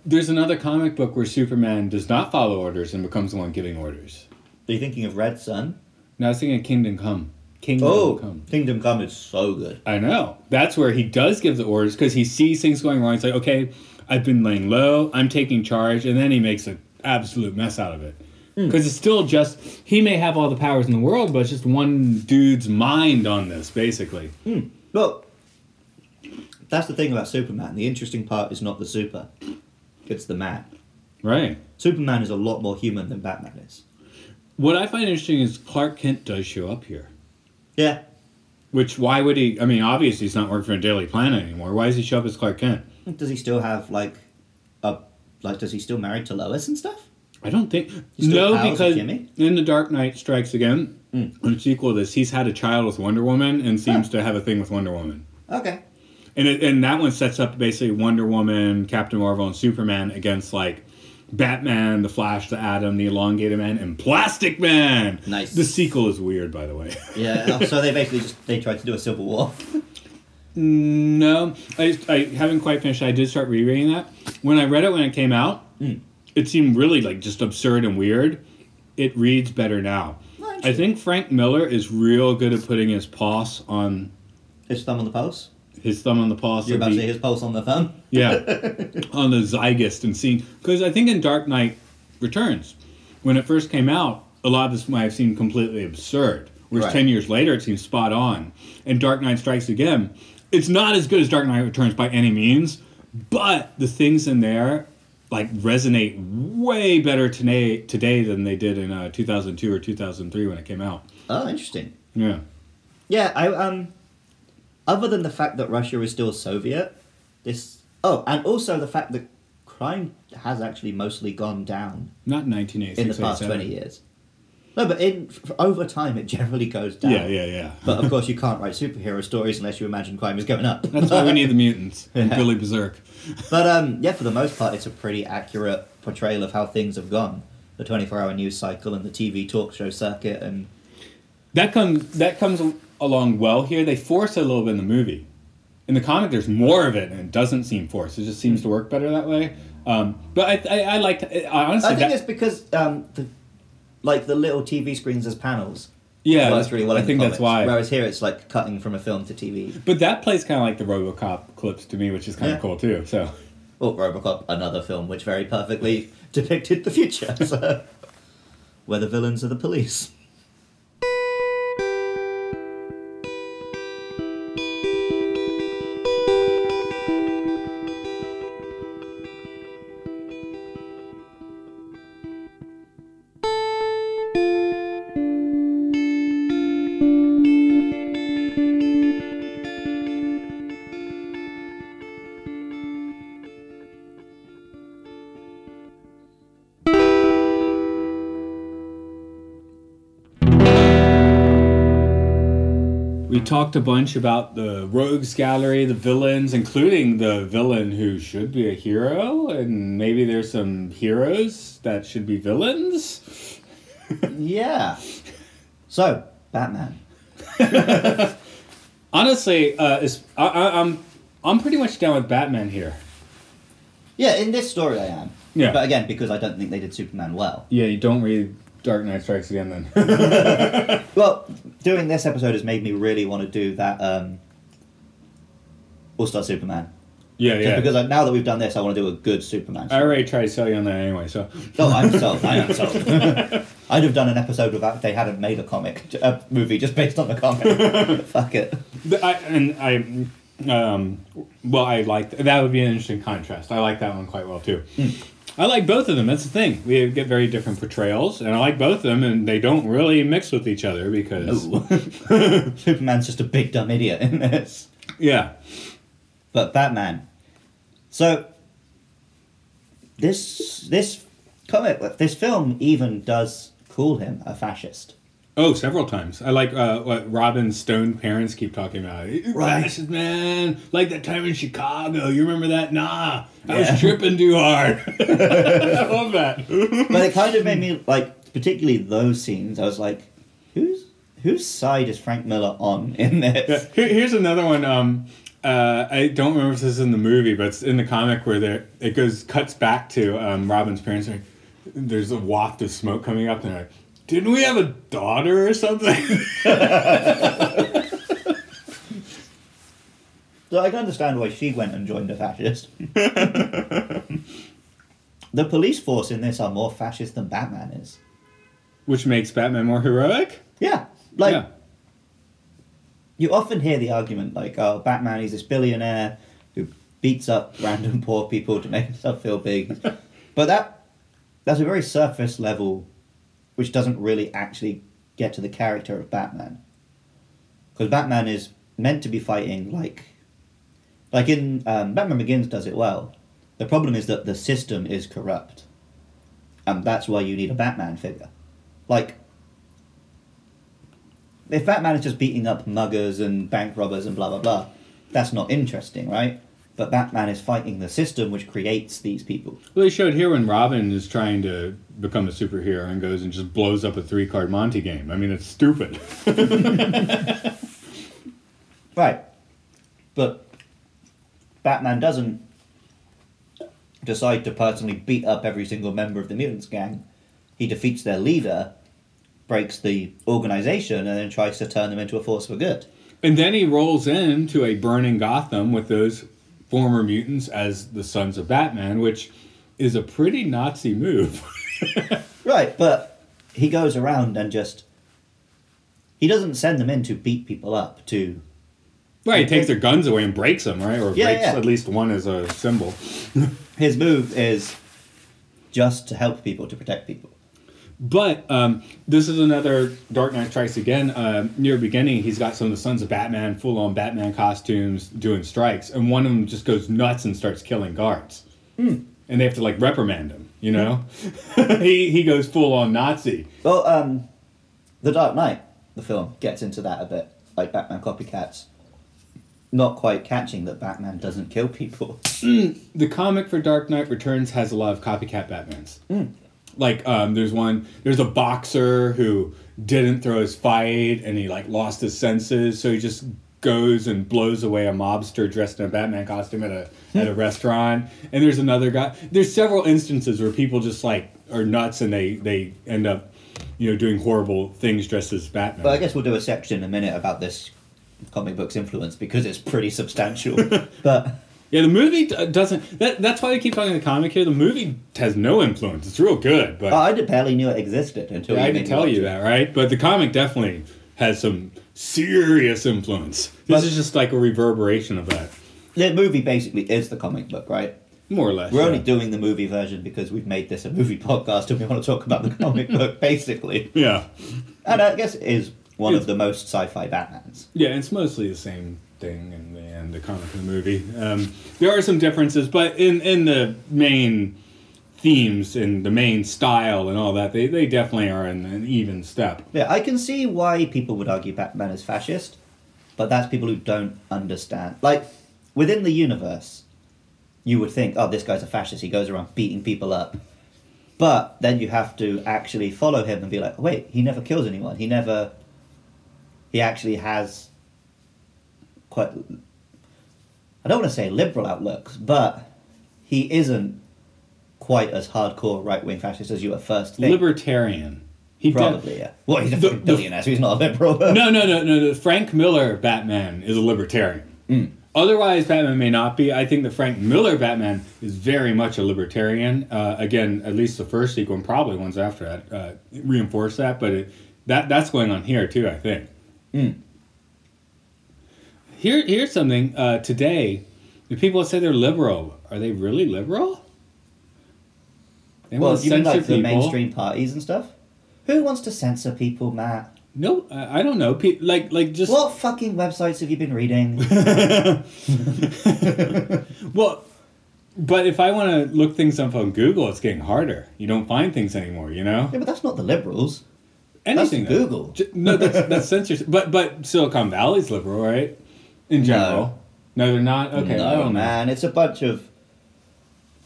S4: There's another comic book where Superman does not follow orders and becomes the one giving orders.
S3: Are you thinking of Red Sun?
S4: Now I was thinking of Kingdom Come. Kingdom
S3: Oh,
S4: Come.
S3: Kingdom Come is so good.
S4: I know. That's where he does give the orders because he sees things going wrong. He's like, okay, I've been laying low. I'm taking charge. And then he makes an absolute mess out of it. Because it's still just, he may have all the powers in the world, but it's just one dude's mind on this, basically.
S3: Look, that's the thing about Superman. The interesting part is not the super; it's the man.
S4: Right.
S3: Superman is a lot more human than Batman is.
S4: What I find interesting is Clark Kent does show up here.
S3: Yeah,
S4: Which why would he? I mean, obviously he's not working for Daily Planet anymore. Why does he show up as Clark Kent?
S3: does he still have like a like? Does he still married to Lois and stuff?
S4: I don't think
S3: He's still
S4: no
S3: pals with
S4: because
S3: Jimmy?
S4: in the Dark Knight Strikes Again,
S3: Hmm.
S4: on the sequel to this, he's had a child with Wonder Woman and seems to have a thing with Wonder Woman. [laughs]
S3: Okay.
S4: And it, and that one sets up basically Wonder Woman, Captain Marvel, and Superman against like Batman, the Flash, the Atom, the Elongated Man, and Plastic Man.
S3: Nice.
S4: The sequel is weird, by the way. [laughs]
S3: Yeah. so they basically just they tried to do a civil war.
S4: No, I, I haven't quite finished. I did start rereading that. When I read it when it came out,
S3: Hmm.
S4: it seemed really like just absurd and weird. It reads better now. I think Frank Miller is real good at putting his pulse on
S3: His thumb on the pulse.
S4: his thumb on the pulse.
S3: You're
S4: of
S3: about to
S4: the-
S3: see his pulse on the thumb. [laughs]
S4: yeah, on the zeitgeist and seeing because I think in Dark Knight Returns, when it first came out, a lot of this might have seemed completely absurd. Whereas
S3: Right.
S4: ten years later, it seems spot on. And Dark Knight Strikes Again, it's not as good as Dark Knight Returns by any means, but the things in there like resonate way better today today than they did in uh, 2002 or 2003 when it came out.
S3: Oh, interesting.
S4: Yeah,
S3: Yeah, I um, other than the fact that Russia is still Soviet, this oh, and also the fact that crime has actually mostly gone down
S4: not 1986.
S3: in the past
S4: 87.
S3: twenty years. No, but in f- over time it generally goes down.
S4: Yeah, yeah, yeah.
S3: But of course, you can't write superhero stories unless you imagine crime is going up.
S4: That's why we need the mutants and Billy Berserk.
S3: [laughs] But um, yeah, for the most part, it's a pretty accurate portrayal of how things have gone. The 24 hour news cycle and the TV talk show circuit, and
S4: That comes that comes along well here. They force it a little bit in the movie. In the comic, there's more of it, and it doesn't seem forced. It just seems to work better that way. Um, but I, I, I liked. I honestly,
S3: I think
S4: that-
S3: it's because um, the, like the little TV screens as panels.
S4: yeah,
S3: works really well.
S4: I
S3: in the
S4: think that's
S3: comics,
S4: why.
S3: Whereas here, it's like cutting from a film to TV.
S4: but that plays kind of like the RoboCop clips to me, which is kind of
S3: Yeah.
S4: cool too. So
S3: Or Oh, RoboCop, another film which very perfectly [laughs] depicted the future, [laughs] so, where the villains are the police.
S4: We talked a bunch about the rogues gallery, the villains, including the villain who should be a hero, and maybe there's some heroes that should be villains.
S3: Yeah. So, Batman.
S4: Honestly, uh, is I, I, I'm I'm pretty much down with Batman here.
S3: Yeah, in this story I am.
S4: Yeah.
S3: But again, because I don't think they did Superman well.
S4: Yeah, you don't read Dark Knight Strikes Again then. [laughs]
S3: Well, doing this episode has made me really want to do that um, All Star Superman.
S4: yeah,
S3: Just
S4: yeah.
S3: because I, now that we've done this, I want to do a good Superman.
S4: I already tried to sell you on that anyway, so
S3: oh, I'm sold. I am sold. [laughs] I'd have done an episode without they hadn't made a comic, a movie just based on the comic. Fuck it. [laughs]
S4: But I, and I, um, well, I like that would be an interesting contrast. I like that one quite well too. I like both of them. That's the thing. We get very different portrayals, and I like both of them, and they don't really mix with each other because
S3: Superman's just a big dumb idiot in this.
S4: yeah,
S3: But Batman. So this this comic this film even does call him a fascist.
S4: oh, several times. I like uh, what Robin Stone parents keep talking about.
S3: Right.
S4: Rashes, man. Like that time in Chicago. You remember that? Nah, I
S3: Yeah.
S4: was tripping too hard. [laughs]
S3: [laughs]
S4: I love that.
S3: But it kind of made me like particularly those scenes, I was like, who's whose side is Frank Miller on in this?
S4: Here, here's another one. Um, uh, I don't remember if this is in the movie, but it's in the comic where there it goes cuts back to um, Robin's parents. Are, there's a waft of smoke coming up, and they're like, "Didn't we have a daughter or something?" [laughs]
S3: So I can understand why she went and joined a fascist. the police force in this are more fascist than Batman is.
S4: Which makes Batman more heroic.
S3: Yeah. Like
S4: yeah,
S3: you often hear the argument like, oh, Batman, he's this billionaire who beats up [laughs] random poor people to make himself feel big. but that that's a very surface level, which doesn't really actually get to the character of Batman. Because Batman is meant to be fighting like, like in um, Batman Begins does it well. The problem is that the system is corrupt, and that's why you need a Batman figure. Like if Batman is just beating up muggers and bank robbers and blah blah blah, that's not interesting, right? But Batman is fighting the system which creates these people.
S4: well, they showed here when Robin is trying to become a superhero and goes and just blows up a three card Monty game. I mean, it's stupid. [laughs]
S3: Right. But Batman doesn't decide to personally beat up every single member of the mutants gang. He defeats their leader, breaks the organization, and then tries to turn them into a force for good.
S4: And then he rolls into a burning Gotham with those former mutants as the sons of Batman, which is a pretty Nazi move. [laughs]
S3: Right, but he goes around and just he doesn't send them in to beat people up to
S4: right, he takes their guns away and breaks them, right? Or
S3: Yeah,
S4: breaks
S3: yeah.
S4: at least one as a symbol.
S3: his move is just to help people to protect people.
S4: But um, this is another Dark Knight Strikes Again. Uh, near beginning, he's got some of the Sons of Batman, full on Batman costumes, doing strikes, and one of them just goes nuts and starts killing guards, and they have to like reprimand him. You know, [laughs] he he goes full on Nazi.
S3: Well, um, The Dark Knight, the film, gets into that a bit, like Batman copycats. Not quite catching that Batman doesn't kill people.
S4: the comic for Dark Knight Returns has a lot of copycat Batmans.
S3: Mm.
S4: Like, um, there's one, there's a boxer who didn't throw his fight and he like lost his senses, so he just goes and blows away a mobster dressed in a Batman costume at a
S3: Hmm.
S4: at a restaurant. And there's another guy. There's several instances where people just like are nuts and they they end up, you know, doing horrible things dressed as Batman.
S3: But I guess we'll do a section in a minute about this comic book's influence because it's pretty
S4: [laughs]
S3: substantial. but
S4: Yeah, the movie d- doesn't. That, that's why we keep talking the comic here. The movie has no influence. It's real good, but
S3: I d- barely knew it existed until
S4: Yeah,
S3: you
S4: I
S3: made
S4: can
S3: me
S4: tell
S3: watch
S4: you
S3: it.
S4: that, right? But the comic definitely has some serious influence. This
S3: But-
S4: is just like a reverberation of that,
S3: The movie basically is the comic book, right?
S4: more or less.
S3: We're only
S4: yeah.
S3: doing the movie version because we've made this a movie [laughs] podcast and we want to talk about the comic book, basically.
S4: yeah,
S3: And I guess it is one
S4: It's-
S3: of the most sci-fi Batmans.
S4: yeah. It's mostly the same thing in the end, the comic and the movie. Um, there are some differences, but in in the main themes and the main style and all that, they they definitely are in an even step.
S3: Yeah, I can see why people would argue Batman is fascist. But that's people who don't understand. Like, within the universe, you would think, oh, this guy's a fascist. He goes around beating people up. But then you have to actually follow him and be like, wait, he never kills anyone. He never. He actually has quite. I don't want to say liberal outlooks, but he isn't quite as hardcore right wing fascist as you at first think.
S4: Libertarian. He did-
S3: Probably, yeah. Well, he's a
S4: The-
S3: fucking
S4: the-
S3: billionaire, so he's not a liberal.
S4: No, no, no, no, no. Frank Miller Batman is a libertarian.
S3: Hmm.
S4: Otherwise, Batman may not be. I think the Frank Miller Batman is very much a libertarian. Uh, again, at least the first sequel, and probably ones after that, uh, reinforce that. But it, that that's going on here too. I think.
S3: Hmm.
S4: Here, here's something uh, today. The people that say they're liberal are they really liberal? They
S3: [laughs] Well,
S4: wanna
S3: you mean
S4: censor
S3: like the
S4: people.
S3: mainstream parties and stuff? Who wants to censor people, Matt?
S4: No, I I don't know. Pe- Like, like just
S3: What fucking websites have you been
S4: [laughs]
S3: reading?
S4: Well, but if I want to look things up on Google, it's getting harder. You don't find things anymore, you know.
S3: yeah, but that's not the liberals.
S4: Anything though.
S3: Google.
S4: J- No, that's that's censorship. But but Silicon Valley's liberal, right? In general. No, they're not. Okay. I
S3: no,
S4: don't know.
S3: man, it's a bunch of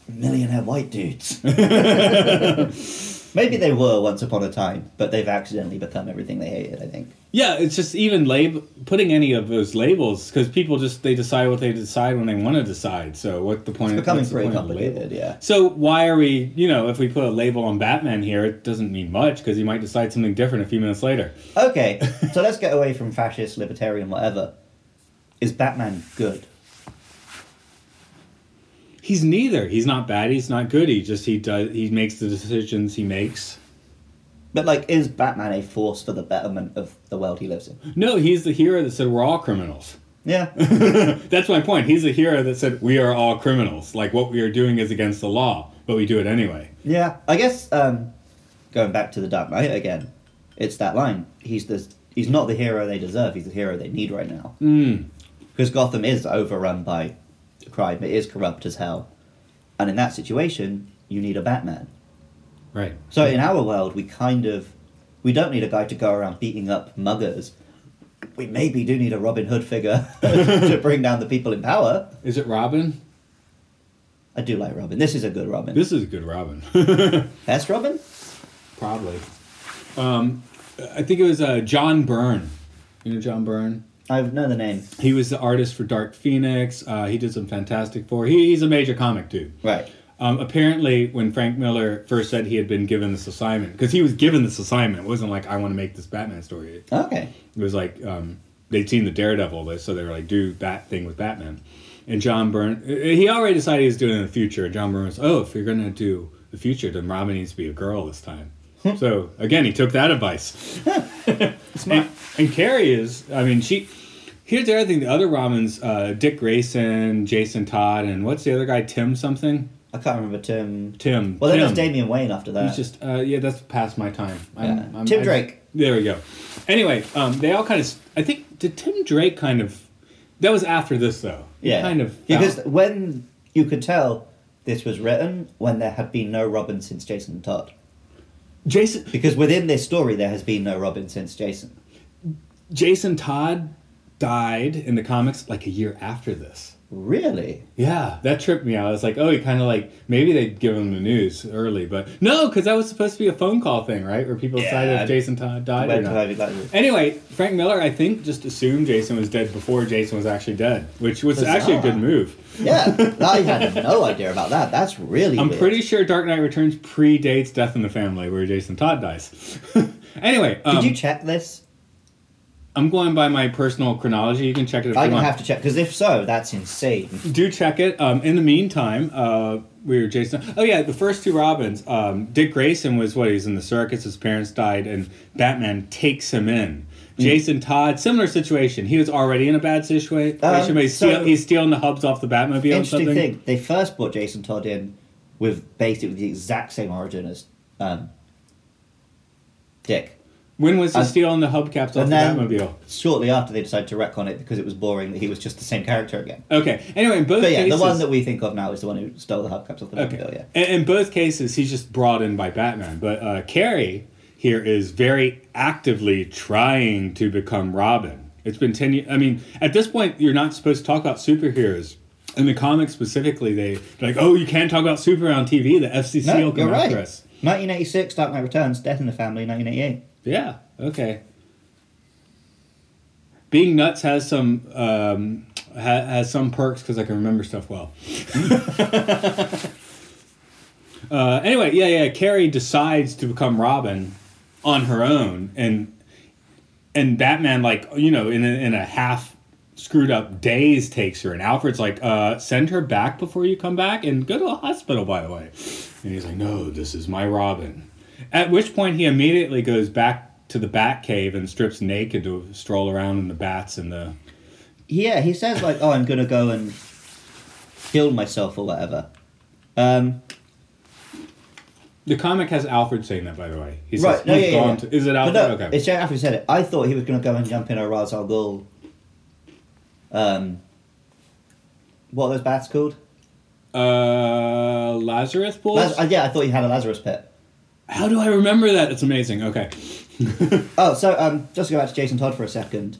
S3: millionaire white
S4: [laughs]
S3: dudes. [laughs] Maybe they were once upon a time, but they've accidentally become everything they hated, I think.
S4: Yeah, it's just even lab- putting any of those labels because people just they decide what they decide when they want to decide. So what the point?
S3: It's becoming
S4: what's the
S3: pretty
S4: point of the label?
S3: complicated, yeah.
S4: So why are we? You know, if we put a label on Batman here, it doesn't mean much because he might decide something different a few minutes later.
S3: Okay, so let's get away from fascist, libertarian, whatever. Is Batman good?
S4: He's neither. He's not bad. He's not good. He just he does he makes the decisions he makes.
S3: But, like, is Batman a force for the betterment of the world he lives in?
S4: No, he's the hero that said we're all criminals. [laughs]
S3: Yeah. [laughs]
S4: That's my point. He's the hero that said we are all criminals. Like what we are doing is against the law, but we do it anyway.
S3: Yeah, I guess um, going back to the Dark Knight again, it's that line. He's the he's not the hero they deserve. He's the hero they need right now. Because Gotham is overrun by crime. It is corrupt as hell, and in that situation, you need a Batman.
S4: Right.
S3: So in our world, we kind of we don't need a guy to go around beating up muggers. We maybe do need a Robin Hood figure [laughs] to bring down the people in power.
S4: Is it Robin?
S3: I do like Robin. This is a good Robin.
S4: This is a good Robin. [laughs]
S3: Best Robin?
S4: Probably. Um, I think it was uh, John Byrne. You know John Byrne.
S3: I know the name.
S4: He was the artist for Dark Phoenix. Uh, he did some Fantastic Four. He, he's a major comic dude.
S3: Right.
S4: Um, apparently, when Frank Miller first said he had been given this assignment, because he was given this assignment, it wasn't like I want to make this Batman story. It
S3: Okay.
S4: was like um, they'd seen the Daredevil, but- so they were like, do that thing with Batman. And John Byrne, uh, he already decided he was doing it in the future. And John Byrne was, oh, if you're going to do the future, then Robin needs to be a girl this time. so again, he took that advice. [laughs] and, and Carrie is, I mean, she. Here's the other thing: the other Robins, uh, Dick Grayson, Jason Todd, and what's the other guy? Tim something.
S3: I can't remember Tim.
S4: Tim.
S3: Well, then
S4: Tim.
S3: there's Damian Wayne after that.
S4: He's just uh, yeah, that's past my time. I'm,
S3: Yeah.
S4: I'm-
S3: Tim
S4: I-
S3: Drake.
S4: there we go. Anyway, um, they all kind of. I think did Tim Drake kind of. That was after this though. He
S3: yeah,
S4: Kind of.
S3: because
S4: found-
S3: when you could tell this was written when there had been no Robin since Jason Todd.
S4: Jason
S3: Because within this story, there has been no Robin since Jason.
S4: Jason Todd died in the comics like a year after this.
S3: Really?
S4: Yeah, that tripped me out. I was like, oh, he kind of like maybe they'd give him the news early, but no, because that was supposed to be a phone call thing, right? Where people decided
S3: Yeah.
S4: if Jason Todd died or
S3: When
S4: not.
S3: Harvey Keitel-
S4: Anyway, Frank Miller, I think, just assumed Jason was dead before Jason was actually dead, which was actually a
S3: Bizarre.
S4: good move.
S3: yeah, I had no idea about that. That's really.
S4: I'm
S3: weird.
S4: pretty sure Dark Knight Returns predates Death in the Family, where Jason Todd dies. [laughs] anyway, um,
S3: Did you check this?
S4: I'm going by my personal chronology. You can check it if
S3: I'm
S4: you
S3: gonna
S4: want.
S3: have to check because if so, that's insane.
S4: Do check it. Um, in the meantime, uh, we were Jason. Oh yeah, the first two Robins. Um, Dick Grayson was what he's in the circus. His parents died, and Batman takes him in.
S3: Mm.
S4: Jason Todd, similar situation. He was already in a bad situation.
S3: Um,
S4: but he's,
S3: so-
S4: steal, he's stealing the hubs off the Batmobile. or
S3: Interesting
S4: something.
S3: thing. They first brought Jason Todd in with basically the exact same origin as um, Dick.
S4: When was he
S3: And-
S4: stealing the hubcaps off
S3: Uh, And
S4: the
S3: then
S4: Batmobile?
S3: shortly after they decided to wreck on it because it was boring that he was just the same character again.
S4: Okay. Anyway, in both
S3: But yeah,
S4: cases,
S3: the one that we think of now is the one who stole the hubcaps off the
S4: Okay.
S3: Batmobile, yeah.
S4: In, in both cases, he's just brought in by Batman. But uh, Carrie here is very actively trying to become Robin. It's been 10 years. I mean, at this point, you're not supposed to talk about superheroes. In the comics specifically, they, they're like, oh, you can't talk about superhero on TV. The FCC
S3: No,
S4: will
S3: you're
S4: come
S3: right.
S4: after us.
S3: 1986, Dark Knight Returns, Death in the Family, 1988.
S4: Yeah. Okay. Being nuts has some um, ha- has some perks because I can remember stuff well. [laughs] uh, anyway, yeah, yeah. Carrie decides to become Robin on her own, and and Batman, like you know, in a, in a half screwed up daze, takes her, and Alfred's like, uh, "Send her back before you come back, and go to the hospital." By the way, and he's like, "No, this is my Robin." At which point, he immediately goes back to the Bat Cave and strips naked to stroll around in the bats and the
S3: Yeah, he says like, "Oh, I'm gonna go and kill myself or whatever." Um,
S4: the comic has Alfred saying that. By the way, he says,
S3: right? No,
S4: "You've
S3: yeah, yeah,
S4: gone
S3: yeah.
S4: to-" Is it Alfred?
S3: But no,
S4: okay.
S3: It's Jack Alfred said it. I thought he was gonna go and jump in a Ra's al Ghul. Um, what are those bats called?
S4: Uh, Lazarus pools.
S3: Laz- uh, yeah, I thought he had a Lazarus pit.
S4: How do I remember that? It's amazing. Okay.
S3: Oh, so um, just to go back to Jason Todd for a second,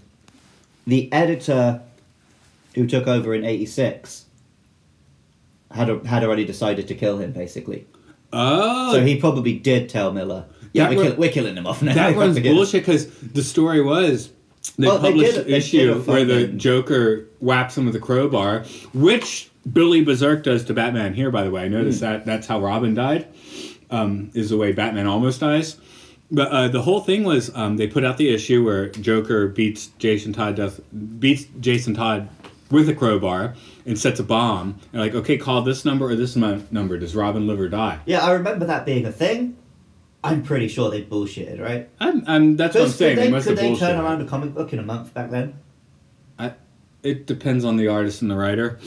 S3: the editor who took over in '86 had a, had already decided to kill him, basically.
S4: Oh,
S3: So he probably did tell Miller. Yeah,
S4: That
S3: we're,
S4: run-
S3: kill- we're killing him off now. [laughs]
S4: That one's
S3: Forget it.
S4: bullshit because the story was they
S3: Well, they
S4: published
S3: did-
S4: an
S3: they did
S4: issue
S3: a
S4: where the
S3: fucking-
S4: Joker whaps him with a crowbar, which Billy Berserk does to Batman here, by the way. I
S3: Hmm.
S4: noticed that that's how Robin died, um, is the way Batman almost dies. But uh, the whole thing was um, they put out the issue where Joker beats Jason Todd does, beats Jason Todd with a crowbar and sets a bomb and like okay call this number or this mu- number does Robin live or die?
S3: Yeah, I remember that being a thing. I'm pretty sure they bullshitted, right?
S4: I'm, I'm that's what I'm saying.
S3: could
S4: they
S3: they,
S4: must
S3: could
S4: have
S3: they
S4: bullshit.
S3: turn around a comic book in a month back then?
S4: I, it depends on the artist and the writer.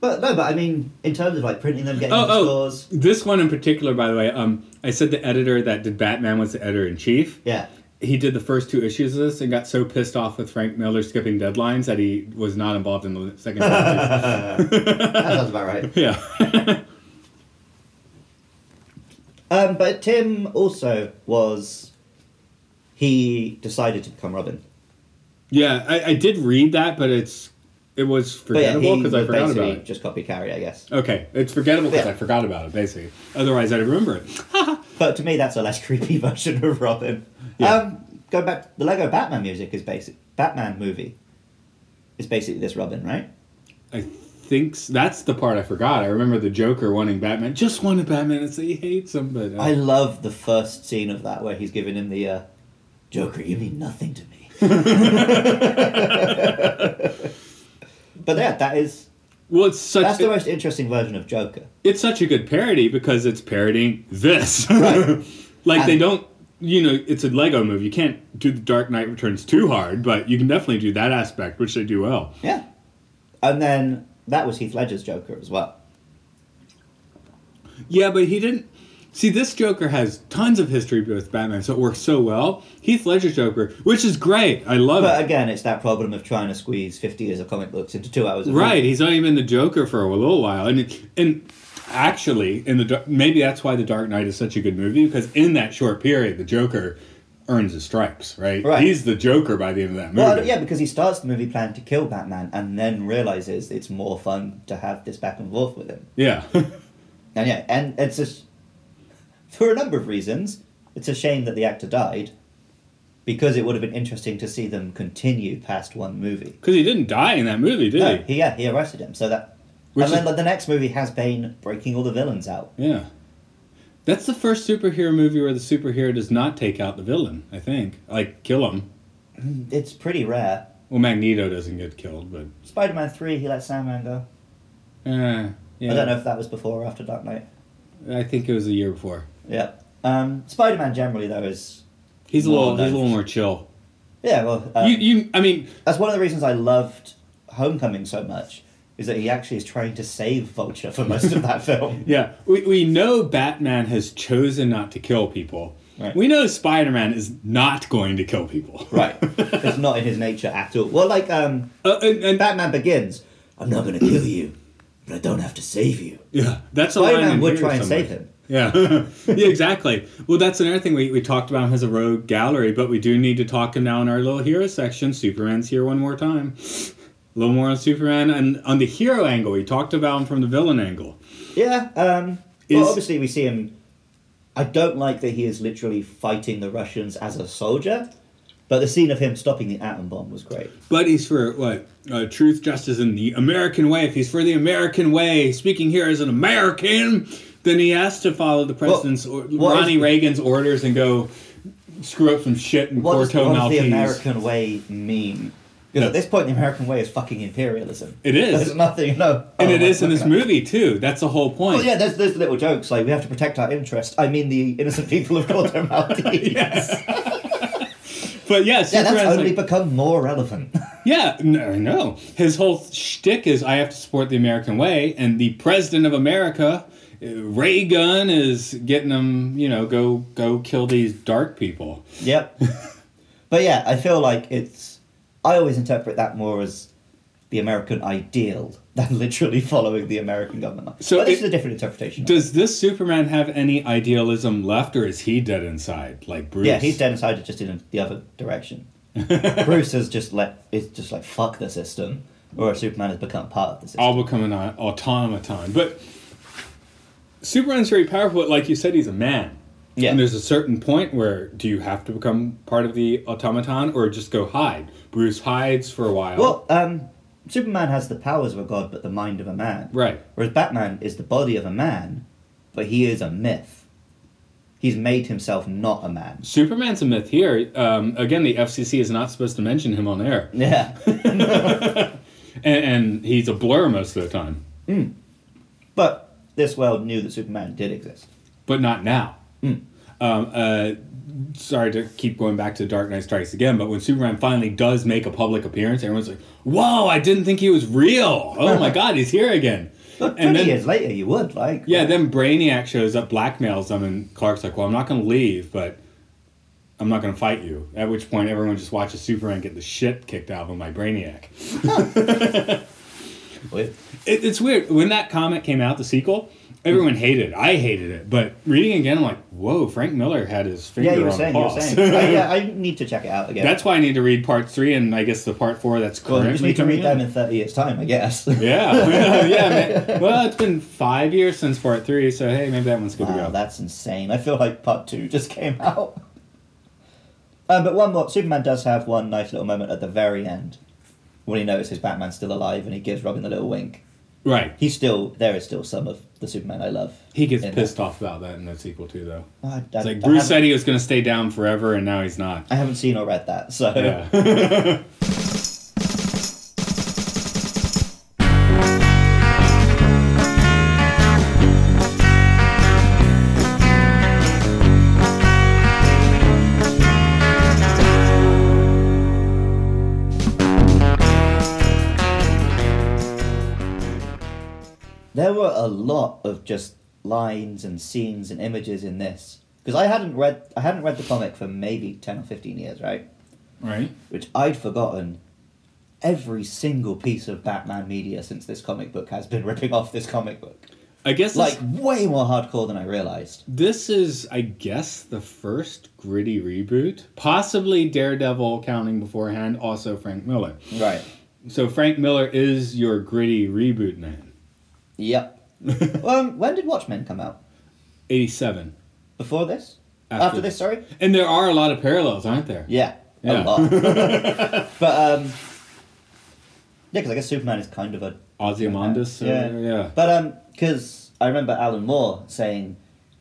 S3: But no, but I mean, in terms of like printing them, getting
S4: Oh,
S3: them to
S4: oh,
S3: stores,
S4: this one in particular, by the way. Um, I said the editor that did Batman was the editor in chief.
S3: yeah.
S4: He did the first two issues of this and got so pissed off with Frank Miller skipping deadlines that he was not involved in the second.
S3: [laughs]
S4: issue.
S3: That sounds about
S4: [laughs]
S3: right.
S4: yeah,
S3: Um, but Tim also was. He decided to become Robin.
S4: yeah. I, I did read that, but it's it was
S3: But yeah, he
S4: forgettable because I
S3: would
S4: forgot
S3: basically
S4: about it.
S3: just copy Carrie, I guess.
S4: Okay, it's forgettable because
S3: Yeah.
S4: I forgot about it. Basically, otherwise I'd remember it.
S3: But to me, that's a less [laughs] creepy version of Robin. Um, going back, the Lego Batman music is basic. Batman movie is basically this Robin, right?
S4: I think s- that's the part I forgot. I remember the Joker wanting Batman, just wanted Batman, and say he hates him, but uh,
S3: I love the first scene of that where he's giving him the uh, Joker, you mean nothing to me. but yeah, that is
S4: well, it's such
S3: that's the most interesting version of Joker.
S4: it's such a good parody because it's parodying this. [laughs]
S3: Right.
S4: like they
S3: And-
S4: don't, you know, it's a Lego move. You can't do the Dark Knight Returns too hard, but you can definitely do that aspect, which they do well.
S3: Yeah. And then that was Heath Ledger's Joker as well.
S4: Yeah, but he didn't. See, this Joker has tons of history with Batman, so it works so well. Heath Ledger's Joker, which is great. I love
S3: But
S4: it.
S3: again, it's that problem of trying to squeeze 50 years of comic books into two hours of
S4: Right,
S3: film.
S4: he's only been the Joker for a little while, and and actually, in the Dar- maybe that's why the Dark Knight is such a good movie because in that short period, the Joker earns his stripes. Right,
S3: Right.
S4: he's the Joker by the end of that movie.
S3: Well, yeah, because he starts the movie plan to kill Batman and then realizes it's more fun to have this back and forth with him.
S4: yeah, [laughs]
S3: And yeah, and it's just for a number of reasons. It's a shame that the actor died because it would have been interesting to see them continue past one movie.
S4: because he didn't die in that movie, did
S3: No, he,
S4: he?
S3: yeah, he arrested him. So that,
S4: Which
S3: and then
S4: is-
S3: like, the next movie has Bane breaking all the villains out.
S4: Yeah, that's the first superhero movie where the superhero does not take out the villain. I think, like, kill him.
S3: It's pretty rare.
S4: Well, Magneto doesn't get killed, but
S3: Spider-Man three, he lets Sandman go.
S4: eh, yeah,
S3: I don't know if that was before or after Dark Knight.
S4: I think it was the year before.
S3: Yeah. Um, Spider-Man generally though is
S4: He's a
S3: Well,
S4: little, he's a
S3: that's-
S4: little more chill.
S3: yeah well um,
S4: you, you, I mean,
S3: that's one of the reasons I loved Homecoming so much is that he actually is trying to save Vulture for most of
S4: [laughs]
S3: that film.
S4: Yeah, we, we know Batman has chosen not to kill people.
S3: Right.
S4: We know Spider Man is not going to kill people.
S3: Right. [laughs] it's not in his nature at all. Well, like um,
S4: [laughs] Uh, and, and-
S3: Batman Begins, I'm not going to kill you, but I don't have to save you.
S4: yeah, that's a line
S3: Spider
S4: in
S3: Man would
S4: here
S3: try and
S4: somewhere.
S3: save him.
S4: Yeah. [laughs] yeah, exactly. Well, that's another thing we, we talked about him as a rogue gallery, but we do need to talk him now in our little hero section. Superman's here one more time. [laughs] A little more on Superman and on the hero angle. We talked about him from the villain angle.
S3: Yeah. Um,
S4: Is-
S3: well, obviously, we see him. I don't like that he is literally fighting the Russians as a soldier, but the scene of him stopping the atom bomb was great.
S4: But he's for what? Uh, truth, justice, and the American way. If he's for the American way, speaking here as an American, then he has to follow the president's or,
S3: what
S4: Ronnie
S3: is-
S4: Reagan's orders and go screw up some shit in
S3: What does,
S4: Porto
S3: what does
S4: Maltese.
S3: the American way mean? Because at this point, the American way is fucking imperialism.
S4: It is.
S3: There's nothing, no.
S4: and it
S3: oh,
S4: is in
S3: my
S4: this
S3: God.
S4: movie too. That's the whole point.
S3: Well, yeah, there's, there's little jokes like we have to protect our interest. I mean, the innocent people of
S4: [laughs]
S3: Porto Maltese.
S4: But
S3: Yeah,
S4: yeah,
S3: that's
S4: Superman's
S3: only
S4: like-
S3: become more relevant. [laughs]
S4: Yeah, no, no. His whole shtick is I have to support the American way, and the president of America, uh, Ray Gun, is getting them. You know, go go kill these dark people.
S3: Yep. but yeah, I feel like it's. I always interpret that more as the American ideal than literally following the American government. So
S4: So
S3: but this
S4: it-
S3: is a different interpretation.
S4: Does this Superman have any idealism left, or is he dead inside, like Bruce?
S3: yeah, he's dead inside, just in the other
S4: [laughs]
S3: direction. Bruce has just let is just like fuck the system, or Superman has become part of the system.
S4: I'll become an au- automaton, but Superman's very powerful. But like you said, he's a man.
S3: Yeah.
S4: And there's a certain point where do you have to become part of the automaton or just go hide? Bruce hides for a while.
S3: Well, um, Superman has the powers of a god, but the mind of a man.
S4: Right.
S3: Whereas Batman is the body of a man, but he is a myth. He's made himself not a man.
S4: Superman's a myth here. Um, again, the FCC is not supposed to mention him on air,
S3: Yeah.
S4: and, and he's a blur most of the time,
S3: [laughs] But this world knew that Superman did exist.
S4: but not now. Um, uh, sorry to keep going back to Dark Knight Strikes again, but when Superman finally does make a public appearance, everyone's like, "Whoa! I didn't think he was real. Oh my God, he's here again!"
S3: But 20
S4: and then,
S3: years later, you would, like.
S4: yeah, then Brainiac shows up, blackmails them, and Clark's like, "Well, I'm not going to leave, but." I'm not going to fight you. At which point, everyone just watches Superman get the shit kicked out of him by Brainiac.
S3: Weird.
S4: It, it's weird. When that comic came out, the sequel, everyone hated it. I hated it. But reading again, I'm like, whoa, Frank Miller had his finger
S3: Yeah, you were
S4: on
S3: saying,
S4: the
S3: you were
S4: pulse.
S3: saying. I, yeah, I need to check it out again.
S4: [laughs] That's why I need to read part three and I guess the part four that's
S3: well,
S4: currently
S3: you just need to
S4: coming
S3: read them
S4: out.
S3: in 30 years' time, I guess. [laughs]
S4: Yeah, [laughs] yeah, man. Well, it's been five years since part three, so hey, maybe that one's good to
S3: wow,
S4: go.
S3: that's insane. I feel like part two just came [laughs] out. Um, but one more. Superman does have one nice little moment at the very end when he notices Batman's still alive and he gives Robin the little wink.
S4: right.
S3: He's still, there is still some of the Superman I love.
S4: He gets
S3: in
S4: pissed off about that in the sequel too, though.
S3: there. Oh, I- I-
S4: It's like
S3: I
S4: Bruce
S3: haven't-
S4: said he was going to stay down forever, and now he's not.
S3: I haven't seen or read that, so.
S4: Yeah.
S3: [laughs]
S4: [laughs]
S3: There were a lot of just lines and scenes and images in this because I hadn't read I hadn't read the comic for maybe ten or fifteen years, right?
S4: right.
S3: Which I'd forgotten every single piece of Batman media since this comic book has been [laughs] ripping off this comic book,
S4: I guess
S3: like
S4: like
S3: way more hardcore than I realized.
S4: This is, I guess, the first gritty reboot. Possibly Daredevil counting beforehand, also Frank Miller.
S3: Right.
S4: So Frank Miller is your gritty reboot man.
S3: Yep. [laughs] um, when did Watchmen come out?
S4: 87.
S3: Before this?
S4: After
S3: After, this, sorry.
S4: And there are a lot of parallels, aren't there?
S3: Yeah,
S4: Yeah.
S3: a [laughs] lot. but um, yeah, because I guess Superman is kind of a
S4: Ozymandias. uh,
S3: yeah,
S4: yeah.
S3: But um, because I remember Alan Moore saying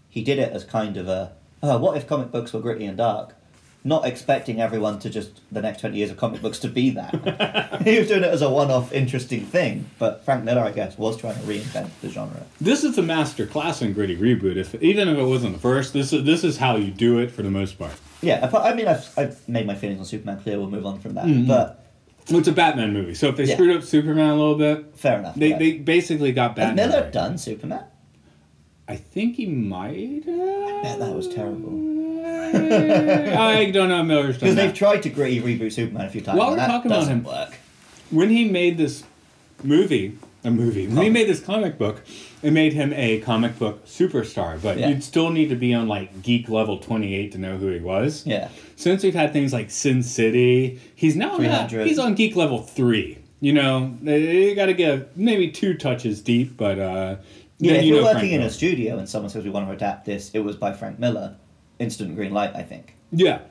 S3: he did it as kind of a, oh, what if comic books were gritty and dark? Not expecting everyone to just the next twenty years of comic books to be that.
S4: [laughs]
S3: he was doing it as a one-off, interesting thing. But Frank Miller, I guess, was trying to reinvent the genre.
S4: This is the master class in gritty reboot. If Even if it wasn't the first, this is, this is how you do it for the most part.
S3: Yeah, I, I mean, I've, I've made my feelings on Superman clear. We'll move on from that.
S4: Mm-hmm.
S3: But
S4: Well, It's a Batman movie. So if they
S3: Yeah.
S4: screwed up Superman a little bit,
S3: fair enough.
S4: they,
S3: right.
S4: they basically got
S3: Has
S4: Batman.
S3: Miller
S4: right.
S3: done Superman?
S4: I think he might. I
S3: bet that was terrible.
S4: I don't know. Miller's done
S3: Because
S4: that.
S3: they've tried to gritty reboot Superman a few times.
S4: While
S3: and
S4: we're
S3: that
S4: talking about
S3: doesn't
S4: him-
S3: work.
S4: when he made this movie, a movie, when he made this comic book, It made him a comic book superstar, but
S3: Yeah.
S4: you'd still need to be on like geek level 28 to know who he was.
S3: Yeah.
S4: Since we've had things like Sin City, he's now not,
S3: 300.
S4: he's on geek level 3. You know, you got to get maybe two touches deep, but uh
S3: Yeah,
S4: then
S3: if
S4: you
S3: you're
S4: know
S3: working
S4: Frank
S3: in a
S4: Miller.
S3: studio and someone says we want to adapt this, it was by Frank Miller. Instant green light, I think.
S4: Yeah.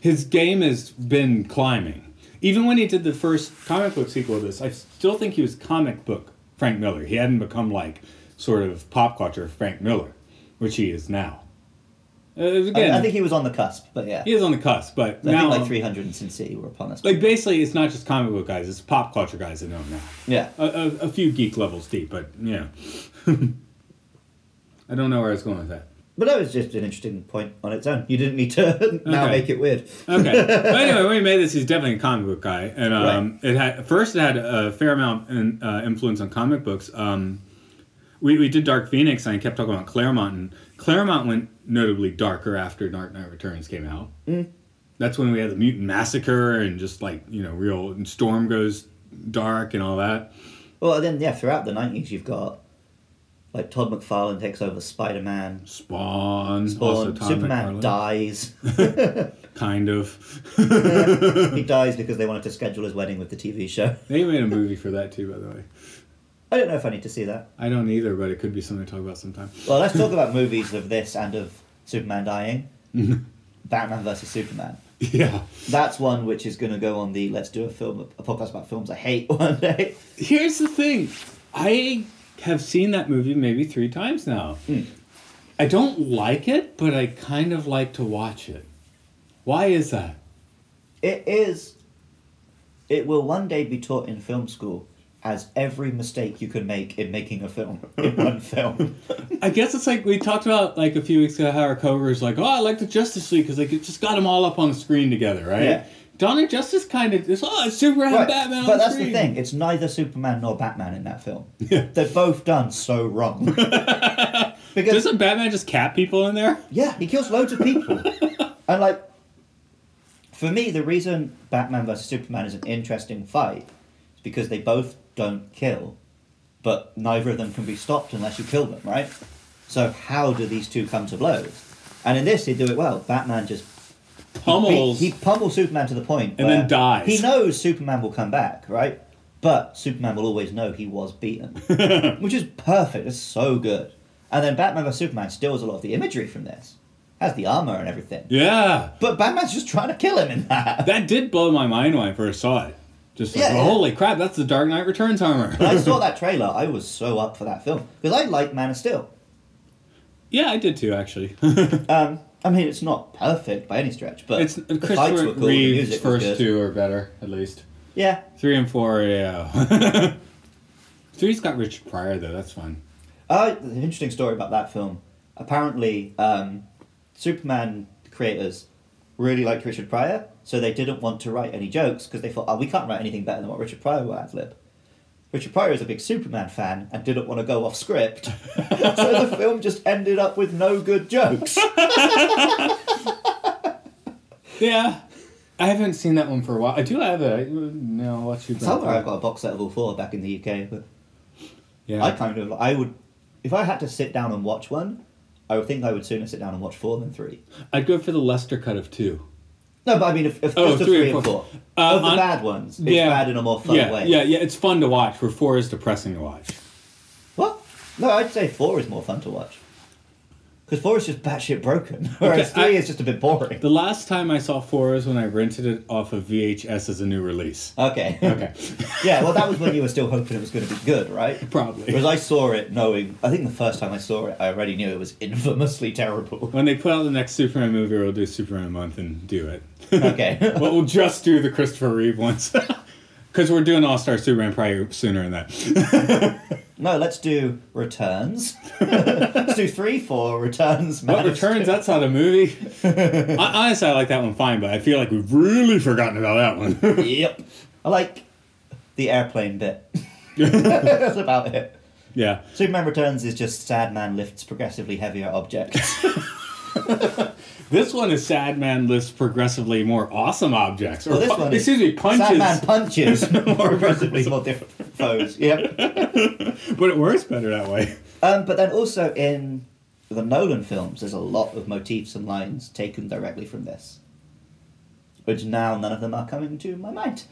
S4: His game has been climbing. Even when he did the first comic book sequel to this, I still think he was comic book Frank Miller. He hadn't become like sort of pop culture Frank Miller, which he is now. Uh,
S3: I,
S4: again,
S3: I think he was on the cusp, but yeah.
S4: he is on the cusp, but
S3: I
S4: now
S3: think like 300 and Sin City were upon us.
S4: like basically it's not just comic book guys, it's pop culture guys that know him now.
S3: yeah.
S4: A, a, a few geek levels deep, but yeah. [laughs] I don't know where I was going with that.
S3: But that was just an interesting point on its own. You didn't need to [laughs] now
S4: Okay.
S3: make it weird.
S4: Okay. but anyway, when he made this, he's definitely a comic book guy, and um, it had first it had a fair amount in, uh, influence on comic books. Um, we, we did Dark Phoenix, and I kept talking about Claremont, and Claremont went notably darker after Dark Knight Returns came out. That's when we had the mutant massacre and just like you know real and Storm goes dark and all that.
S3: Well, then, yeah, throughout the 90s, you've got like Todd McFarlane takes over Spider Man,
S4: Spawn, also
S3: Born,
S4: Tom
S3: Superman
S4: McFarlane, [laughs]
S3: dies.
S4: kind of.
S3: he dies because they wanted to schedule his wedding with the TV show.
S4: They made a movie for that too, by the way.
S3: I don't know if I need to see that.
S4: I don't either, but it could be something to talk about sometime. [laughs]
S3: Well, let's talk about movies of this and of Superman
S4: [laughs]
S3: dying. Batman versus Superman.
S4: Yeah.
S3: That's one which is going to go on the let's do a film a podcast about films I hate [laughs] one day.
S4: Here's the thing. I have seen that movie maybe three times now.
S3: Hmm.
S4: I don't like it, but I kind of like to watch it. Why is that?
S3: It is. It will one day be taught in film school as every mistake you can make in making a
S4: [laughs]
S3: film in one film.
S4: I guess it's like we talked about like a few weeks ago how our coworker's like, oh, I like the Justice League because like it just got them all up on the screen together, right?
S3: Yeah.
S4: Dawn of Justice kind of is oh, it's Superman
S3: Right,
S4: and Batman.
S3: but
S4: on
S3: that's
S4: screen.
S3: the thing. It's neither Superman nor Batman in that film. They're both done so
S4: [laughs]
S3: wrong. because
S4: Doesn't Batman just cat people in there?
S3: yeah, he kills loads of people, and like, for me, the reason Batman versus Superman is an interesting fight is because they both don't kill, but neither of them can be stopped unless you kill them, right? So how do these two come to blows? And in this, they do it well. Batman just
S4: Pummels.
S3: he, he pummels Superman to the point,
S4: And
S3: where
S4: then dies.
S3: He knows Superman will come back, right? But Superman will always know he was
S4: [laughs]
S3: beaten, which is perfect. It's so good. And then Batman vs Superman steals a lot of the imagery from this, has the armor and everything.
S4: yeah.
S3: But Batman's just trying to kill him in that.
S4: [laughs] That did blow my mind when I first saw it. Just like,
S3: Yeah, yeah.
S4: holy crap, that's the Dark Knight Returns armor.
S3: When I saw that trailer, I was so up for that film because I like Man of Steel.
S4: yeah, I did too, actually. [laughs]
S3: Um, I mean, it's not perfect by any stretch, but
S4: It's uh,
S3: the fights
S4: Christopher
S3: were cool. the
S4: Reeves'
S3: music was
S4: first
S3: good.
S4: two are better, at least.
S3: Yeah,
S4: Three and four, yeah. [laughs] Three's got Richard Pryor though. That's fun.
S3: Uh, there's an interesting story about that film. Apparently, um, Superman creators really liked Richard Pryor, so they didn't want to write any jokes because they thought, oh, we can't write anything better than what Richard Pryor will ad lib. Richard Pryor is a big Superman fan and didn't want to go off script, so the film just ended up with no good jokes.
S4: Yeah, I haven't seen that one for a while. I do have it. I- No, I'll let you. bring
S3: Somewhere
S4: it
S3: I've
S4: up.
S3: got a box set of all four back in the UK, but
S4: Yeah,
S3: I kind of I would if I had to sit down and watch one, I would think I would sooner sit down and watch four than three.
S4: I'd go for the Lester cut of two.
S3: No, but I mean, if, if
S4: Oh,
S3: just the
S4: three
S3: three
S4: and
S3: and
S4: four.
S3: four,
S4: Uh,
S3: of the
S4: on-
S3: bad ones, it's
S4: yeah.
S3: bad in a more fun
S4: yeah,
S3: way.
S4: yeah, yeah. It's fun to watch. Where four is depressing to watch.
S3: What? No, I'd say four is more fun to watch. Because four is just batshit broken, [laughs] whereas
S4: Okay, I-
S3: three is just a bit boring.
S4: The last time I saw four is when I rented it off of VHS as a new release.
S3: Okay.
S4: [laughs] Okay,
S3: yeah, well, that was when you were still hoping it was going to be good, right?
S4: probably.
S3: Whereas I saw it knowing, I think the first time I saw it, I already knew it was infamously terrible. [laughs]
S4: When they put out the next Superman movie, we'll do Superman month and do it.
S3: Okay. [laughs]
S4: Well, we'll just do the Christopher Reeve ones. [laughs] Because we're doing All Star Superman probably sooner than that.
S3: no, let's do returns. [laughs] let's do three, four, returns, man.
S4: But
S3: of
S4: Returns, that's not a movie. I, honestly, I like that one fine, but I feel like we've really forgotten about that one. [laughs]
S3: Steel. Yep. I like the airplane bit. [laughs] That's about it.
S4: yeah.
S3: Superman Returns is just sad man lifts progressively heavier
S4: [laughs]
S3: objects.
S4: This one is Sad Man lists progressively more awesome objects. Or
S3: Well, this
S4: pu-
S3: one is
S4: excuse me, punches.
S3: Sad man
S4: [laughs]
S3: punches more progressively more different foes. Yep.
S4: But it works better that way. [laughs]
S3: Um, but then also in the Nolan films, there's a lot of motifs and lines taken directly from this, which now none of them are coming to my mind.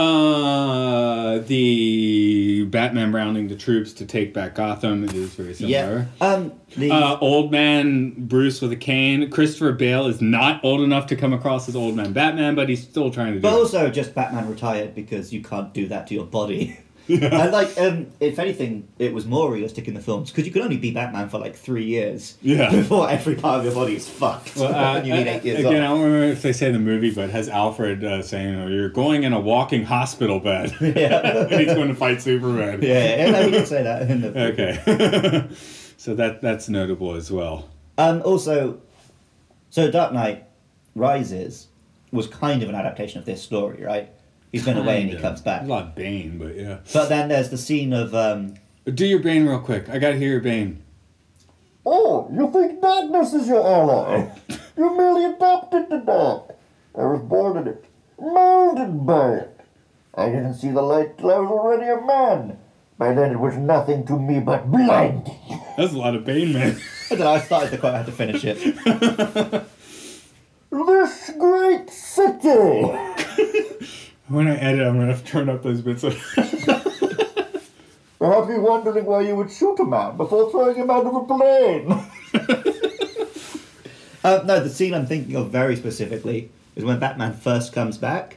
S4: Uh, the Batman rounding the troops to take back Gotham is very
S3: yeah.
S4: similar.
S3: Um, the,
S4: Uh, old man Bruce with a cane. Christopher Bale is not old enough to come across as old man Batman, but he's still trying to do.
S3: But
S4: it.
S3: also, just Batman retired because you can't do that to your
S4: [laughs]
S3: body. [laughs] and like, um, if anything, it was more realistic in the films because you can only be Batman for like three years
S5: Yeah.
S3: [laughs] before every part of your body is fucked.
S4: Well,
S3: [laughs]
S4: uh,
S3: and you need eight years
S4: again, I
S3: off.
S4: don't remember if they say in the movie, but it has Alfred uh, saying, oh, "You're going in a walking hospital bed," [laughs]
S3: Yeah.
S4: and he's going to fight Superman.
S3: [laughs] yeah, yeah, we did say that in the.
S4: [laughs] Okay. [laughs] so that that's notable as well.
S3: Um, also, so Dark Knight Rises was kind of an adaptation of this story, right? He's going away and he
S4: Kinda.
S3: comes back.
S4: A lot of Bane, but yeah.
S3: But then there's the scene of um,
S4: Do your Bane real quick. I gotta hear your Bane.
S6: Oh, you think darkness is your ally? you merely adopted the dark. I was born in it, molded by it. I didn't see the light till I was already a man. By then it was nothing to me but blind.
S4: That's a lot of Bane, man. [laughs]
S3: I don't know. I started the quote. I had to finish it.
S6: This great city.
S4: when I edit, I'm gonna have to turn up those bits. [laughs]
S3: Oh,
S4: Of-
S6: Perhaps you're wondering why you would shoot a man before throwing him out of a plane.
S3: Uh, no, the scene I'm thinking of very specifically is when Batman first comes back,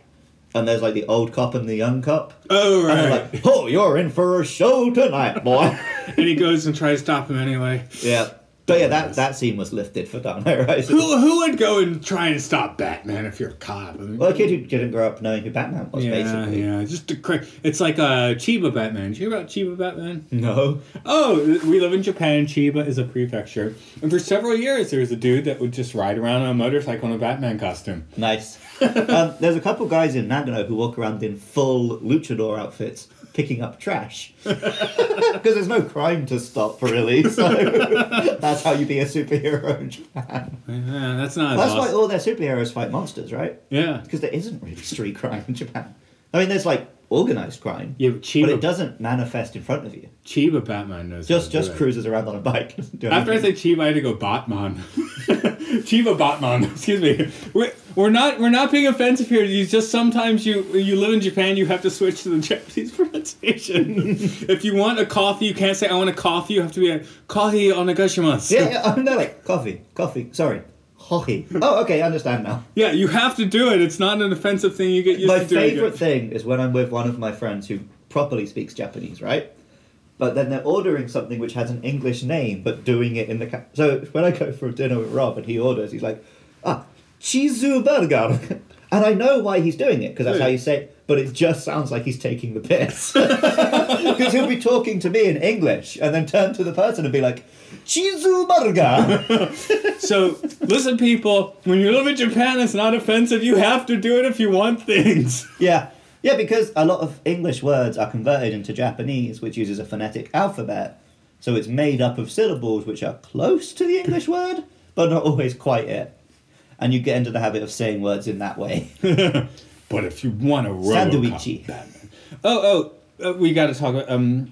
S3: and there's like the old cop and the young cop.
S4: oh
S3: And they're
S4: right.
S3: like, "Oh, you're in for a show tonight,
S4: [laughs]
S3: boy."
S4: and he goes and tries to stop him anyway.
S3: yeah, but yeah, that that scene was lifted for Dark
S4: [laughs]
S3: Knight Rises.
S4: Who, who would go and try and stop Batman if you're a cop? I mean,
S3: Well, a kid who didn't grow up knowing who Batman was,
S4: yeah,
S3: basically.
S4: yeah. Just the cra- It's like uh, Chiba Batman. Did you hear about Chiba Batman?
S3: No.
S4: Oh, we live in Japan. Chiba is a prefecture, and for several years there was a dude that would just ride around on a motorcycle in a Batman costume. [laughs]
S3: Nice. um, there's a couple guys in Nagano who walk around in full luchador outfits picking up
S4: [laughs]
S3: trash. [laughs] Because there's no crime to stop, really.
S4: [laughs]
S3: So [laughs] that's how you be a superhero [laughs] in Japan.
S4: Yeah, Uh, that's not.
S3: That's
S4: as
S3: why
S4: awesome.
S3: all their superheroes fight monsters, right?
S4: Yeah.
S3: Because there isn't really street [laughs] crime in Japan. I mean, there's like organized crime,
S4: Yeah, but Chiba,
S3: but it doesn't manifest in front of you.
S4: Chiba Batman knows.
S3: Just
S4: how to do
S3: just
S4: it.
S3: cruises around on a bike. [laughs] doesn't do
S4: After I
S3: anything.
S4: say Chiba, I had to go Batman. [laughs] Chiba Batman. [laughs] Excuse me. We're, we're not we're not being offensive here. You just sometimes you you live in Japan, you have to switch to the [laughs] Japanese pronunciation. if you want a coffee, you can't say I want a coffee. You have to be a coffee onegashimasu.
S3: yeah, yeah, I'm there like coffee, coffee. Sorry,
S4: [laughs]
S3: hockey. Oh, okay, I understand now.
S4: Yeah, you have to do it. It's not an offensive thing. You get used
S3: my
S4: to doing
S3: favorite
S4: it.
S3: thing is when I'm with one of my friends who properly speaks Japanese, right? But then they're ordering something which has an English name, but doing it in the ca- so when I go for dinner with Rob and he orders, he's like, ah, chizu burger, [laughs] and I know why he's doing it because that's how you say it. But it just sounds like he's taking the piss [laughs] because he'll be talking to me in English and then turn to the person and be like, chizu burger.
S4: So listen, people. When you live in Japan, it's not offensive. You have to do it if you want things.
S3: Yeah. Yeah, because a lot of English words are converted into Japanese, which uses a phonetic alphabet. So it's made up of syllables which are close to
S5: [laughs]
S3: the English word, but not always quite it. And you get into the habit of saying words in that way. [laughs]
S4: But if you want a
S3: Sanduichi.
S4: RoboCop Batman, oh oh, uh, we got to talk about. Um,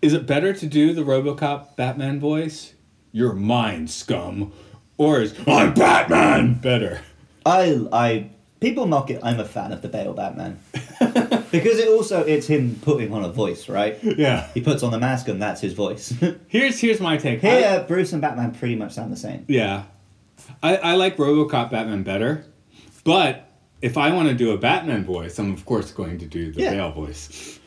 S4: is it better to do the RoboCop Batman voice? You're mine, scum, or is
S5: I'm Batman!
S4: better?
S3: I, I, people mock it. I'm a fan of the
S5: [laughs]
S3: Bale Batman because it also it's him putting on a voice, right?
S4: Yeah.
S3: He puts on the mask and that's his
S5: [laughs]
S3: voice. [laughs]
S4: Here's here's my take. I-
S3: Here, Bruce and Batman pretty much sound the same.
S4: Yeah. I, I like Robocop Batman better, but if I want to do a Batman voice, I'm of course going to do the
S3: Yeah.
S4: Bale voice.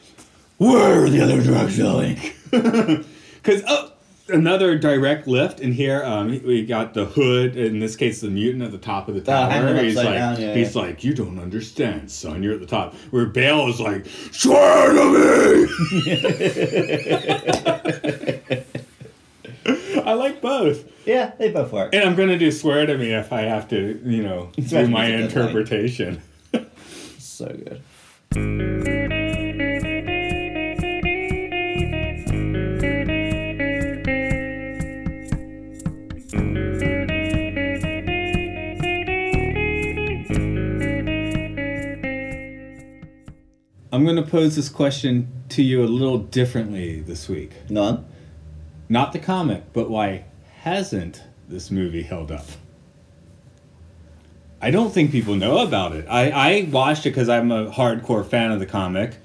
S5: Where are the other drugs going?
S4: Because, oh, another direct lift, and here um, we got the hood, in this case, the mutant at the top of the tower.
S3: hanging
S4: he's
S3: upside
S4: like,
S3: down, yeah,
S4: he's
S3: yeah.
S4: like, you don't understand, son, you're at the top. Where Bale is like, swear to me! [laughs] I like both.
S3: Yeah, they both work.
S4: And I'm going to do swear to me if I have to, you know, do
S3: Especially
S4: my
S3: if it's a deadline.
S4: interpretation.
S3: So good.
S4: I'm going to pose this question to you a little differently this week.
S3: None.
S4: Not the comic, but why hasn't this movie held up? I don't think people know about it. I, I watched it because I'm a hardcore fan of the comic,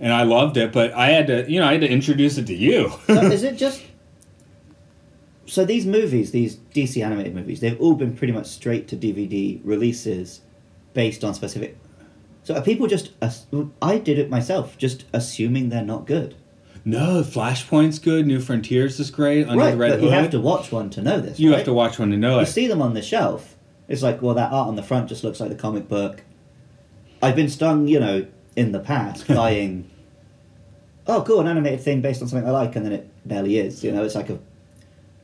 S4: and I loved it. But I had to, you know, I had to introduce it to you. [laughs]
S3: So is it just so these movies, these DC animated movies, they've all been pretty much straight to DVD releases based on specific. So are people just? ass- I did it myself, just assuming they're not good.
S4: no, Flashpoint's good. New Frontiers is great. Under
S3: right,
S4: the Red
S3: but
S4: Hood.
S3: you have to watch one to know this.
S4: You
S3: right?
S4: have to watch one to know
S3: You
S4: it.
S3: see them on the shelf. It's like, well, that art on the front just looks like the comic book. I've been stung, you know, in the past buying. Oh, cool, an animated thing based on something I like, and then it barely is. You know, it's like a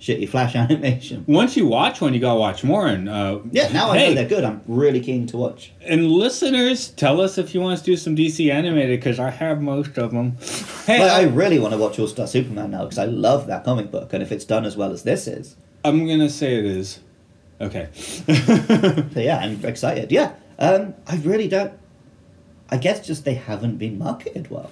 S3: shitty flash [laughs] animation.
S4: Once you watch one, you gotta watch more. And uh,
S3: Yeah, now I
S4: hey,
S3: know they're good. I'm really keen to watch.
S4: And listeners, tell us if you want us to do some DC animated because I have most of them. Hey,
S3: Like, I really want to watch All Star Superman now because I love that comic book, and if it's done as well as this is,
S4: I'm gonna say it is. Okay.
S3: so yeah, I'm excited. Yeah, um, I really don't. I guess just they haven't been marketed well.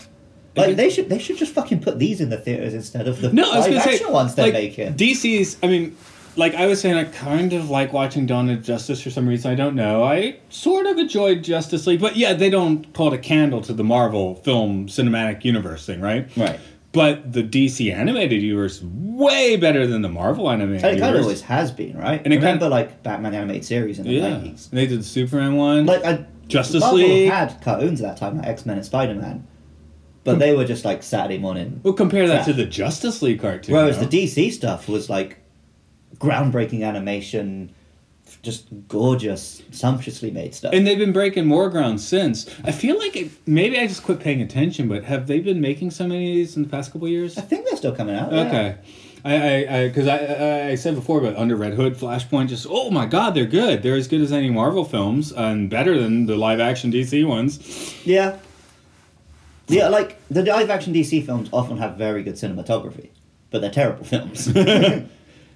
S3: Like they should, they should just fucking put these in the theaters instead of the
S4: No, I was
S3: live
S4: gonna say
S3: action ones they're
S4: like,
S3: making.
S4: DC's. I mean, like I was saying, I kind of like watching Dawn of Justice for some reason. I don't know. I sort of enjoyed Justice League, but yeah, they don't hold a candle to the Marvel film cinematic universe thing, right?
S3: Right.
S4: But the DC animated universe is way better than the Marvel animated
S3: and it kind of
S4: universe.
S3: always has been, right?
S4: And it kind
S3: Remember,
S4: of-
S3: like Batman animated series in the
S4: yeah, and
S3: nineties.
S4: they did the Superman one.
S3: Like I,
S4: Justice
S3: Marvel
S4: League.
S3: had cartoons at that time, like X Men and Spider Man, but they were just like Saturday morning
S4: Well, compare that to
S3: Crap.
S4: the Justice League cartoon.
S3: Whereas
S4: though.
S3: the DC stuff was like groundbreaking animation, f- just gorgeous, sumptuously made stuff.
S4: and they've been breaking more ground since. I feel like it, maybe I just quit paying attention, but have they been making so many of these in the past couple years?
S3: I think they're still coming out. yeah.
S4: Okay. I I because I, I I said before, but under Red Hood, Flashpoint, just oh my god, they're good. They're as good as any Marvel films, and better than the live action DC ones.
S3: Yeah. Yeah, like the live action DC films often have very good cinematography, but they're terrible
S4: [laughs]
S3: films.
S4: I,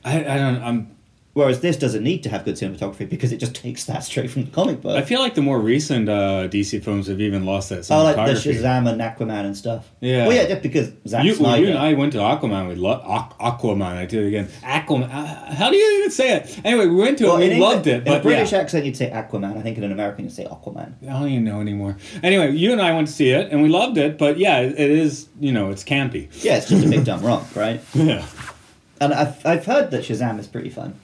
S4: I don't. I'm.
S3: Whereas this doesn't need to have good cinematography because it just takes that straight from the comic book.
S4: I feel like the more recent uh, DC films have even lost that
S3: Oh,
S4: cinematography.
S3: like the Shazam and Aquaman and stuff.
S4: Yeah.
S3: Well, yeah, just because Zack
S4: You, well,
S3: Snyder.
S4: you and I went to Aquaman. We loved Aqu- Aquaman. I did it again. Aquaman. uh, How do you even say it? Anyway, we went to
S3: Well,
S4: it.
S3: in
S4: We
S3: Engl-
S4: loved it.
S3: In
S4: But
S3: a British
S4: yeah,
S3: accent, you'd say Aquaman. I think in an American, you'd say Aquaman.
S4: I don't even know anymore. Anyway, you and I went to see it, and we loved it. But yeah, it it is. You know, it's campy.
S3: Yeah, it's just a big dumb rock, right?
S4: Yeah.
S3: And I've, I've heard that Shazam is pretty fun.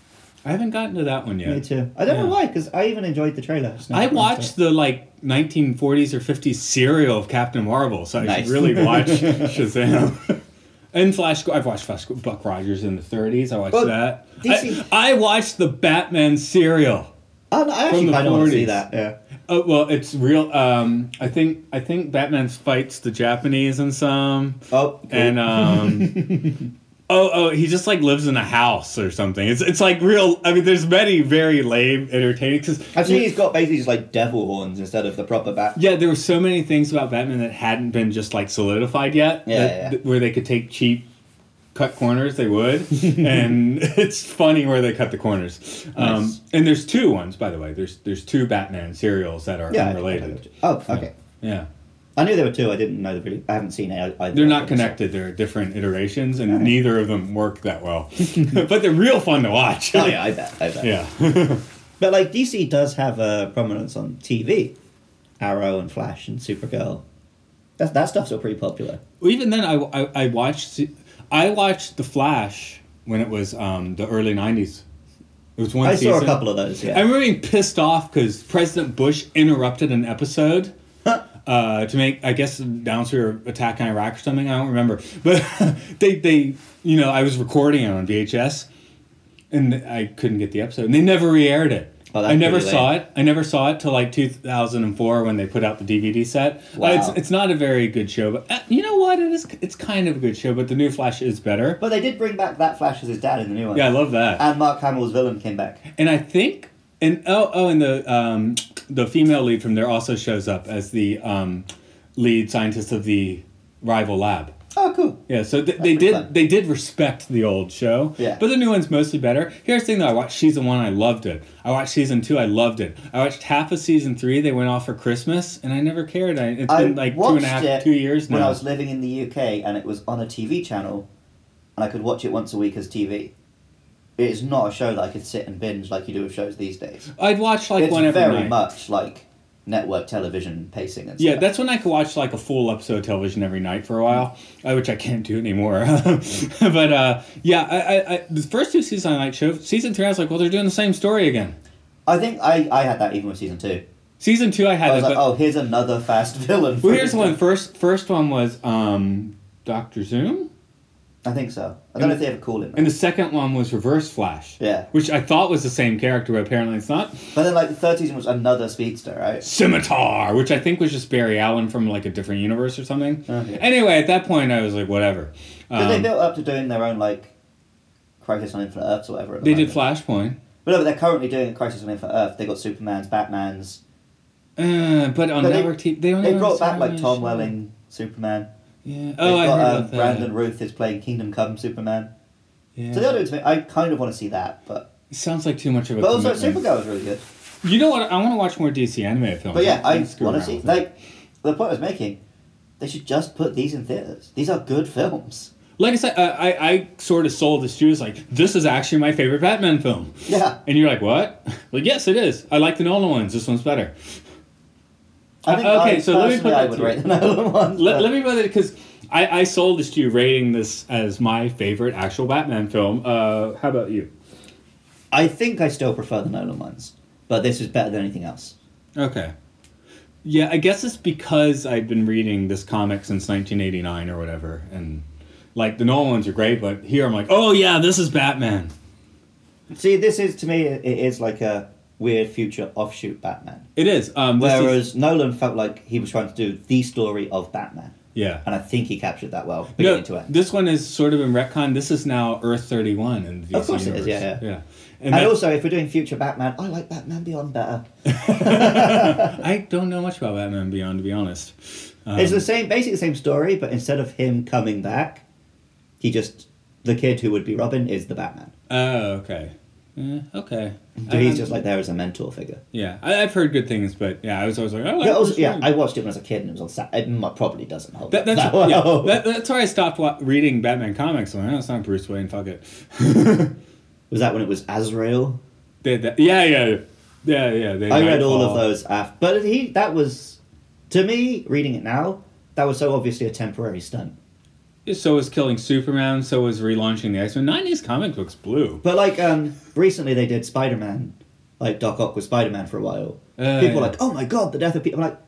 S4: I haven't gotten to that one yet.
S3: Me too. I don't know
S4: Yeah.
S3: why, because I even enjoyed the trailer. It's not
S4: I
S3: that
S4: watched the like 1940s or 50s serial of Captain Marvel, so I
S3: Nice.
S4: should really
S3: [laughs]
S4: watch Shazam. And Flash, I've watched Flash Buck Rogers in the 30s. I watched
S3: Well,
S4: that.
S3: DC
S4: I, I watched the Batman serial.
S3: I, I actually
S4: from the
S3: kind of want to see
S4: 40s.
S3: that. Yeah.
S4: Oh well, it's real. Um, I think I think Batman fights the Japanese in some,
S3: Oh, cool.
S4: and um, oh oh, he just like lives in a house or something. It's it's like real. I mean, there's many very lame, entertaining. Cause
S3: I've seen he's got basically just like devil horns instead of the proper bat.
S4: uh, Yeah, there were so many things about Batman that hadn't been just like solidified yet.
S3: Yeah,
S4: that-
S3: yeah, yeah.
S4: th- where they could take cheap cut corners, they would, and [laughs] it's funny where they cut the corners. Um,
S3: Nice.
S4: And there's two ones, by the way. There's there's two Batman serials that are
S3: Yeah. I-
S4: unrelated.
S3: Oh, okay.
S4: Yeah,
S3: I knew there were two. I didn't know the really. I haven't seen it either.
S4: they're not connected. They're different iterations, and neither of them work that well. [laughs] but they're real fun to watch.
S3: Oh yeah, I bet. I bet.
S4: [laughs] yeah.
S3: But like DC does have a prominence on TV, Arrow and Flash and Supergirl. That that stuff's all pretty popular.
S4: Well, even then, I, I, I watched I watched The Flash when it was um, the early '90s. It was one.
S3: I
S4: season.
S3: saw a couple of those. Yeah.
S4: I remember being pissed off because President Bush interrupted an episode uh, to make, I guess, announce or attack on Iraq or something. I don't remember, [laughs] but they they you know I was recording it on VHS, and I couldn't get the episode, and they never re-aired it.
S3: Oh, that's
S4: I never
S3: pretty
S4: saw
S3: lame.
S4: it. I never saw it till like 2004 when they put out the DVD set.
S3: Wow.
S4: Uh, it's it's not a very good show, but uh, you know what? It is. It's kind of a good show, but the new Flash is better.
S3: But they did bring back that Flash as his dad in the new one.
S4: Yeah, I love that.
S3: And Mark Hamill's villain came back.
S4: And I think, and oh, oh, and the um, the female lead from there also shows up as the um, lead scientist of the rival lab.
S3: Oh, cool.
S4: Yeah, so th- they
S3: pretty
S4: did
S3: fun.
S4: they did respect the old show.
S3: Yeah.
S4: but the new one's mostly better. Here's the thing though: I watched season one, I loved it. I watched season two, I loved it. I watched half of season three. They went off for Christmas, and I never cared. I, it's been like two and a
S3: watched
S4: half,
S3: it
S4: two years
S3: when I
S4: now.
S3: was living in the UK, and it was on a TV channel and I could watch it once a week as TV. It is not a show that I could sit and binge like you do with shows these days.
S4: I'd watch like
S3: it's
S4: one every
S3: very
S4: night.
S3: much like network television pacing and
S4: Yeah,
S3: stuff.
S4: that's when I could watch like a full episode of television every night for a while, uh, which I can't do anymore. [laughs] but uh, yeah, I, I, I, the first two seasons I liked show. Season three, I was like, well, they're doing the same story again.
S3: I think I, I had that even with season two.
S4: Season two, I had
S3: I was
S4: it,
S3: like,
S4: but
S3: oh, here's another fast [laughs] villain.
S4: well, here's the one. First, first one was um, Doctor Zoom,
S3: I think so. I don't know if they ever call him.
S4: and the second one was Reverse Flash.
S3: Yeah.
S4: which I thought was the same character, but apparently it's not.
S3: But then, like, the third season was another speedster, right?
S4: Scimitar, which I think was just Barry Allen from like a different universe or something.
S3: Okay.
S4: Anyway, at that point, I was like, whatever.
S3: Because Oh, they
S4: Um,
S3: built up to doing their own, like, Crisis on Infinite Earths or whatever. at the
S4: they did
S3: moment.
S4: Flashpoint.
S3: But no, but they're currently doing Crisis on Infinite Earth. They got Superman's, Batman's.
S4: Uh, but on
S3: But they-
S4: network TV, they don't
S3: They
S4: even
S3: brought
S4: have
S3: back, like,
S4: Superman
S3: Tom
S4: show.
S3: Welling, Superman.
S4: Yeah.
S3: They've
S4: Oh, I
S3: got,
S4: heard
S3: um,
S4: about that.
S3: Brandon Ruth is playing Kingdom Come Superman.
S4: Yeah.
S3: So they'll do it to me. I kind of want to see that, but.
S4: It sounds like too much of a.
S3: But also,
S4: commitment.
S3: Supergirl was really good.
S4: You know what? I want to watch more DC anime films.
S3: But yeah,
S4: Don't
S3: I
S4: screw
S3: want to
S4: around
S3: see.
S4: with it.
S3: Like, the point I was making, they should just put these in theaters. These are good films. [laughs]
S4: Like I said, I, I, I sort of sold this to you as like this is actually my favorite Batman film,
S3: Yeah.
S4: and you're like, what? [laughs] Like, yes, it is. I like the Nolan ones. This one's better.
S3: I think
S4: Uh,
S3: okay,
S4: okay,
S3: I,
S4: so let me put
S3: personally, I
S4: that
S3: would
S4: to you.
S3: rate the [laughs] Nolan ones.
S4: Let,
S3: but-
S4: let me put it because I, I sold this to you, rating this as my favorite actual Batman film. Uh, how about you?
S3: I think I still prefer the Nolan ones, but this is better than anything else.
S4: Okay. Yeah, I guess it's because I've been reading this comic since 1989 or whatever, and like the Nolan ones are great, but here I'm like, oh yeah, this is Batman.
S3: See, this is to me, it is like a weird future offshoot Batman.
S4: It is. Um, this is-
S3: Whereas Nolan felt like he was trying to do the story of Batman,
S4: yeah.
S3: and I think he captured that well,
S4: No,
S3: beginning to end.
S4: this one is sort of in retcon. This is now Earth 31 in the
S3: Of course it is,
S4: universe.
S3: yeah, yeah. and
S4: And, that-
S3: also, if we're doing future Batman, I like Batman Beyond better.
S4: I don't know much about Batman Beyond, to be honest. Um,
S3: it's the same, basically the same story, but instead of him coming back, he just the kid who would be Robin is the Batman.
S4: Oh, okay. Yeah, okay.
S3: So he's
S4: Um,
S3: just like there as a mentor figure.
S4: Yeah, I, I've heard good things, but yeah, I was always like, oh,
S3: Yeah, also, yeah, I watched it when I was a kid and it was on Saturday. It mu- probably doesn't hold
S4: That,
S3: up [laughs]
S4: that's,
S3: that well.
S4: yeah, that- that's why I stopped wa- reading Batman comics. I'm like, oh, it's not Bruce Wayne. Fuck it.
S3: was that when it was Azrael?
S4: They, that, yeah, yeah, yeah, yeah. They
S3: I read all
S4: Nightfall.
S3: of those after, but he that was to me reading it now. That was so obviously a temporary stunt.
S4: So was killing Superman. So was relaunching the X Men. '90s comic books blew.
S3: But like um, recently, they did Spider Man, like Doc Ock was Spider Man for a while.
S4: Uh,
S3: People were
S4: yeah.
S3: like, "Oh my god, the death of Peter!" I'm like,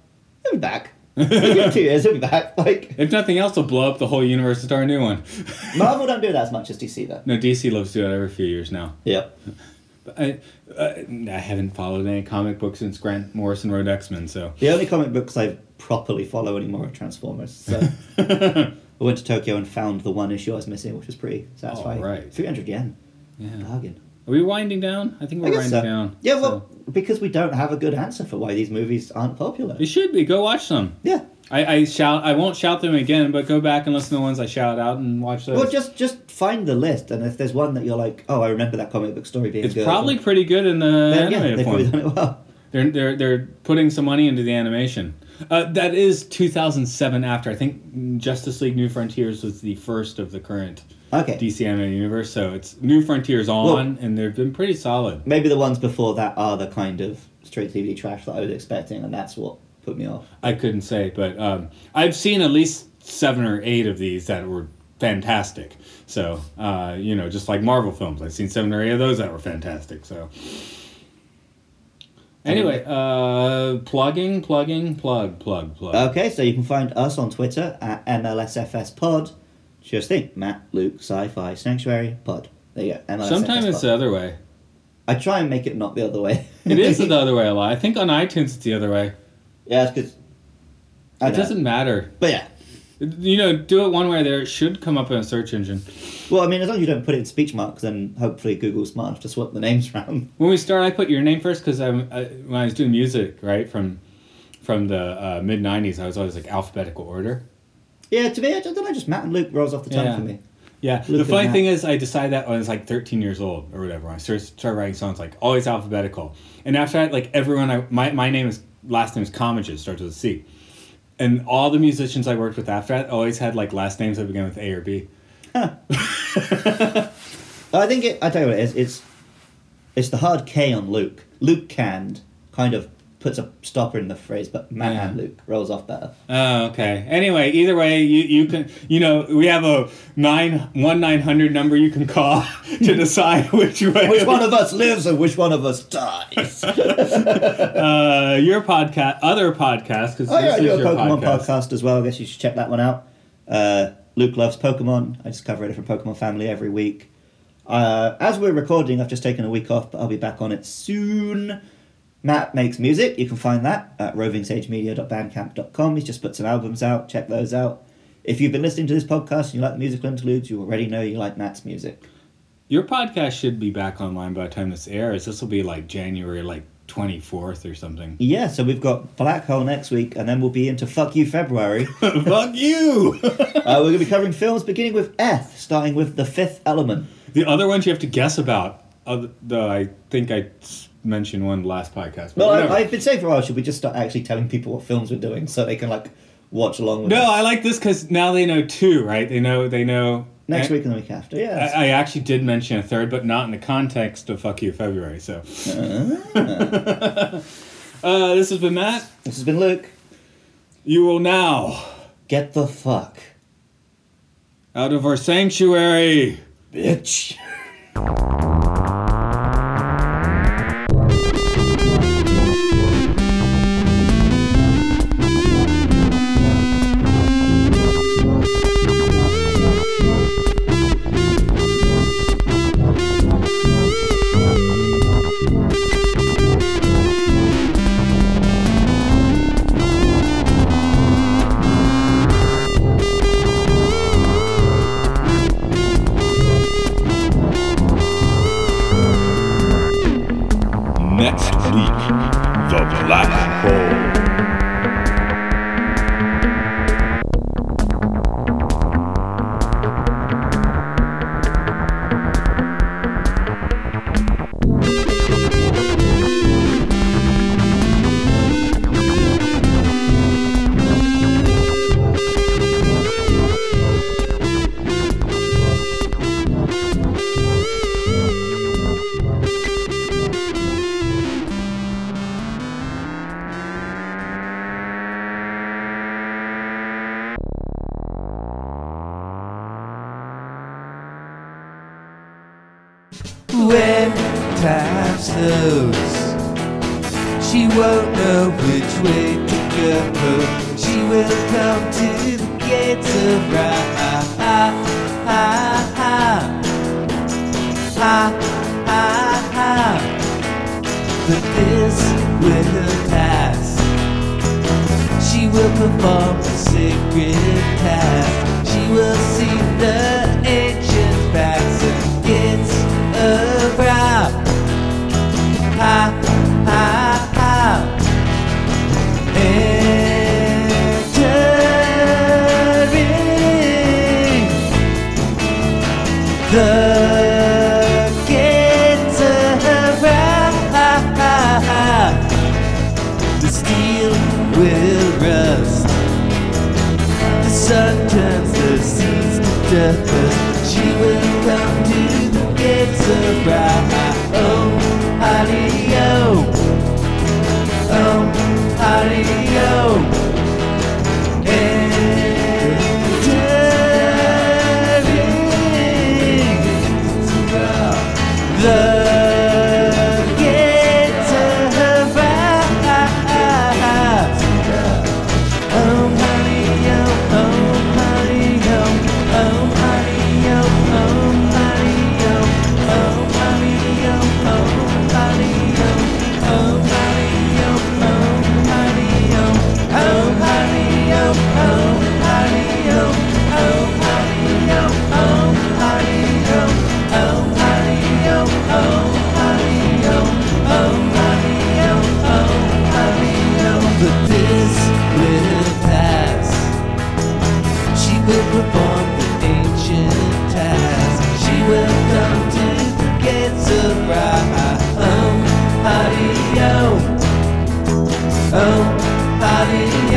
S3: "He'll be back. Give him two years, he'll be back." [laughs] Like
S4: If nothing else, they'll blow up the whole universe and start a new one. [laughs]
S3: Marvel don't do that as much as DC though.
S4: no, DC loves to do that every few years now.
S3: Yeah,
S4: But I, I, I haven't followed any comic books since Grant Morrison wrote X Men. So
S3: the only comic books I properly follow anymore are Transformers.
S4: [laughs]
S3: So. I went to Tokyo and found the one issue I was missing, which was pretty satisfying.
S4: All right.
S3: 300 yen. Bargain.
S4: Are we winding down? I think we're
S3: I guess
S4: winding
S3: so.
S4: down.
S3: Yeah,
S4: So-
S3: well, because we don't have a good answer for why these movies aren't popular.
S4: it should be. Go watch them.
S3: Yeah.
S4: I, I shout. I won't shout them again, but go back and listen to the ones I shout out and watch those.
S3: Well, just just find the list, and if there's one that you're like, oh, I remember that comic book story being
S4: it's
S3: good.
S4: probably pretty good in the
S3: then, yeah,
S4: animated
S3: they've probably
S4: form.
S3: done it well.
S4: They're they're they're putting some money into the animation. Uh, that is 2007. After I think Justice League New Frontiers was the first of the current
S3: Okay.
S4: DC animated universe. So it's New Frontiers on,
S3: Well-
S4: and they've been pretty solid.
S3: Maybe the ones before that are the kind of straight TV trash that I was expecting, and that's what put me off.
S4: I couldn't say, but um, I've seen at least seven or eight of these that were fantastic. So, uh, you know, just like Marvel films, I've seen seven or eight of those that were fantastic. So, anyway, uh, plugging, plugging, plug, plug, plug.
S3: Okay, so you can find us on Twitter at MLSFS Pod. Just think, Matt, Luke, Sci-Fi, Sanctuary, Pod. There you go. MLSFS
S4: Sometimes
S3: pod.
S4: it's the other way.
S3: I try and make it not the other way.
S4: It is
S3: [laughs]
S4: the other way a lot. I think on iTunes it's the other way.
S3: yeah, it's because
S4: It doesn't matter.
S3: But yeah,
S4: You know, do it one way or there. It should come up in a search engine.
S3: well, I mean, as long as you don't put it in speech marks, then hopefully Google's smart enough to swap the names [laughs] round.
S4: When we started, I put your name first because I, when I was doing music, right from from the uh, mid '90s, I was always like alphabetical order.
S3: Yeah, to me, I don't know, just Matt and Luke rolls off the tongue
S4: Yeah.
S3: for me.
S4: Yeah.
S3: Look
S4: the
S3: at
S4: funny
S3: that.
S4: thing is, I decided that when I was like 13 years old or whatever. When I started, started writing songs, like always alphabetical. And after that, like everyone, I my, my name is last name is Commages, starts with a C. And all the musicians I worked with after that always had like last names that began with A or B.
S3: I think it. I tell you what it is. It's it's the hard K on Luke. Luke canned kind of puts a stopper in the phrase, but man,
S4: Yeah.
S3: Luke rolls off better.
S4: Oh, okay. Anyway, either way, you, you can you know we have a nine one nine hundred number you can call [laughs] to decide which way.
S3: Which one of us lives and which one of us dies?
S4: Uh, your podcast, other podcast, because
S3: Oh yeah,
S4: this
S3: I
S4: is
S3: do a
S4: your
S3: Pokemon
S4: podcast.
S3: podcast. as well. I guess you should check that one out. Uh, Luke loves Pokemon. I just cover a different Pokemon family every week. Uh, as we're recording, I've just taken a week off, but I'll be back on it soon. Matt makes music. You can find that at rovingsagemedia.bandcamp.com. He's just put some albums out. Check those out. If you've been listening to this podcast and you like the musical interludes, you already know you like Matt's music.
S4: Your podcast should be back online by the time this airs. This will be like January like twenty fourth
S3: [laughs]
S4: or something.
S3: Yeah, so we've got Black Hole next week, and then we'll be into Fuck You
S4: [laughs]
S3: February. [laughs]
S4: Fuck you.
S3: Uh, we're going to be covering films beginning with F, starting with The Fifth Element.
S4: the other ones you have to guess about. Other, though I think I s- mentioned one last podcast. but
S3: Well,
S4: whatever.
S3: I, I've been saying for a while, should we just start actually telling people what films we're doing so they can like watch along with
S4: no,
S3: us
S4: I like this because now they know two, right? They know they know
S3: next
S4: and-
S3: week and the week after? Yeah.
S4: I, I actually did mention a third, but not in the context of "fuck you" February. So, [laughs] uh, this has been Matt.
S3: This has been Luke.
S4: You will now
S3: Get the fuck,
S4: out of our sanctuary.
S3: bitch.
S5: Next week, the black hole.
S7: when time slows. She won't know which way to go. She will come to the gates of right. But this will pass. She will perform the sacred task. She will see the ancient facts and gets a rap. Ha, ha, ha. Entering the gates of wrath the steel will rust. The sun turns the seas to dust. She will come to the gates of Ra- Oh, Alio. Oh, Alio. Entering the gates of Ra- Oh honey, oh, oh honey, oh, oh honey, oh, oh honey, oh, oh honey, oh, oh honey, oh, oh honey, oh, oh honey, oh, oh honey, oh, oh honey, oh, oh honey, oh, oh honey, oh, oh honey, oh, oh honey, oh, oh honey, oh, oh honey, oh. But this will pass. She will perform the ancient task. She will come to the gates of Um, Ra- Um, Oh, Audio. Oh, Audio.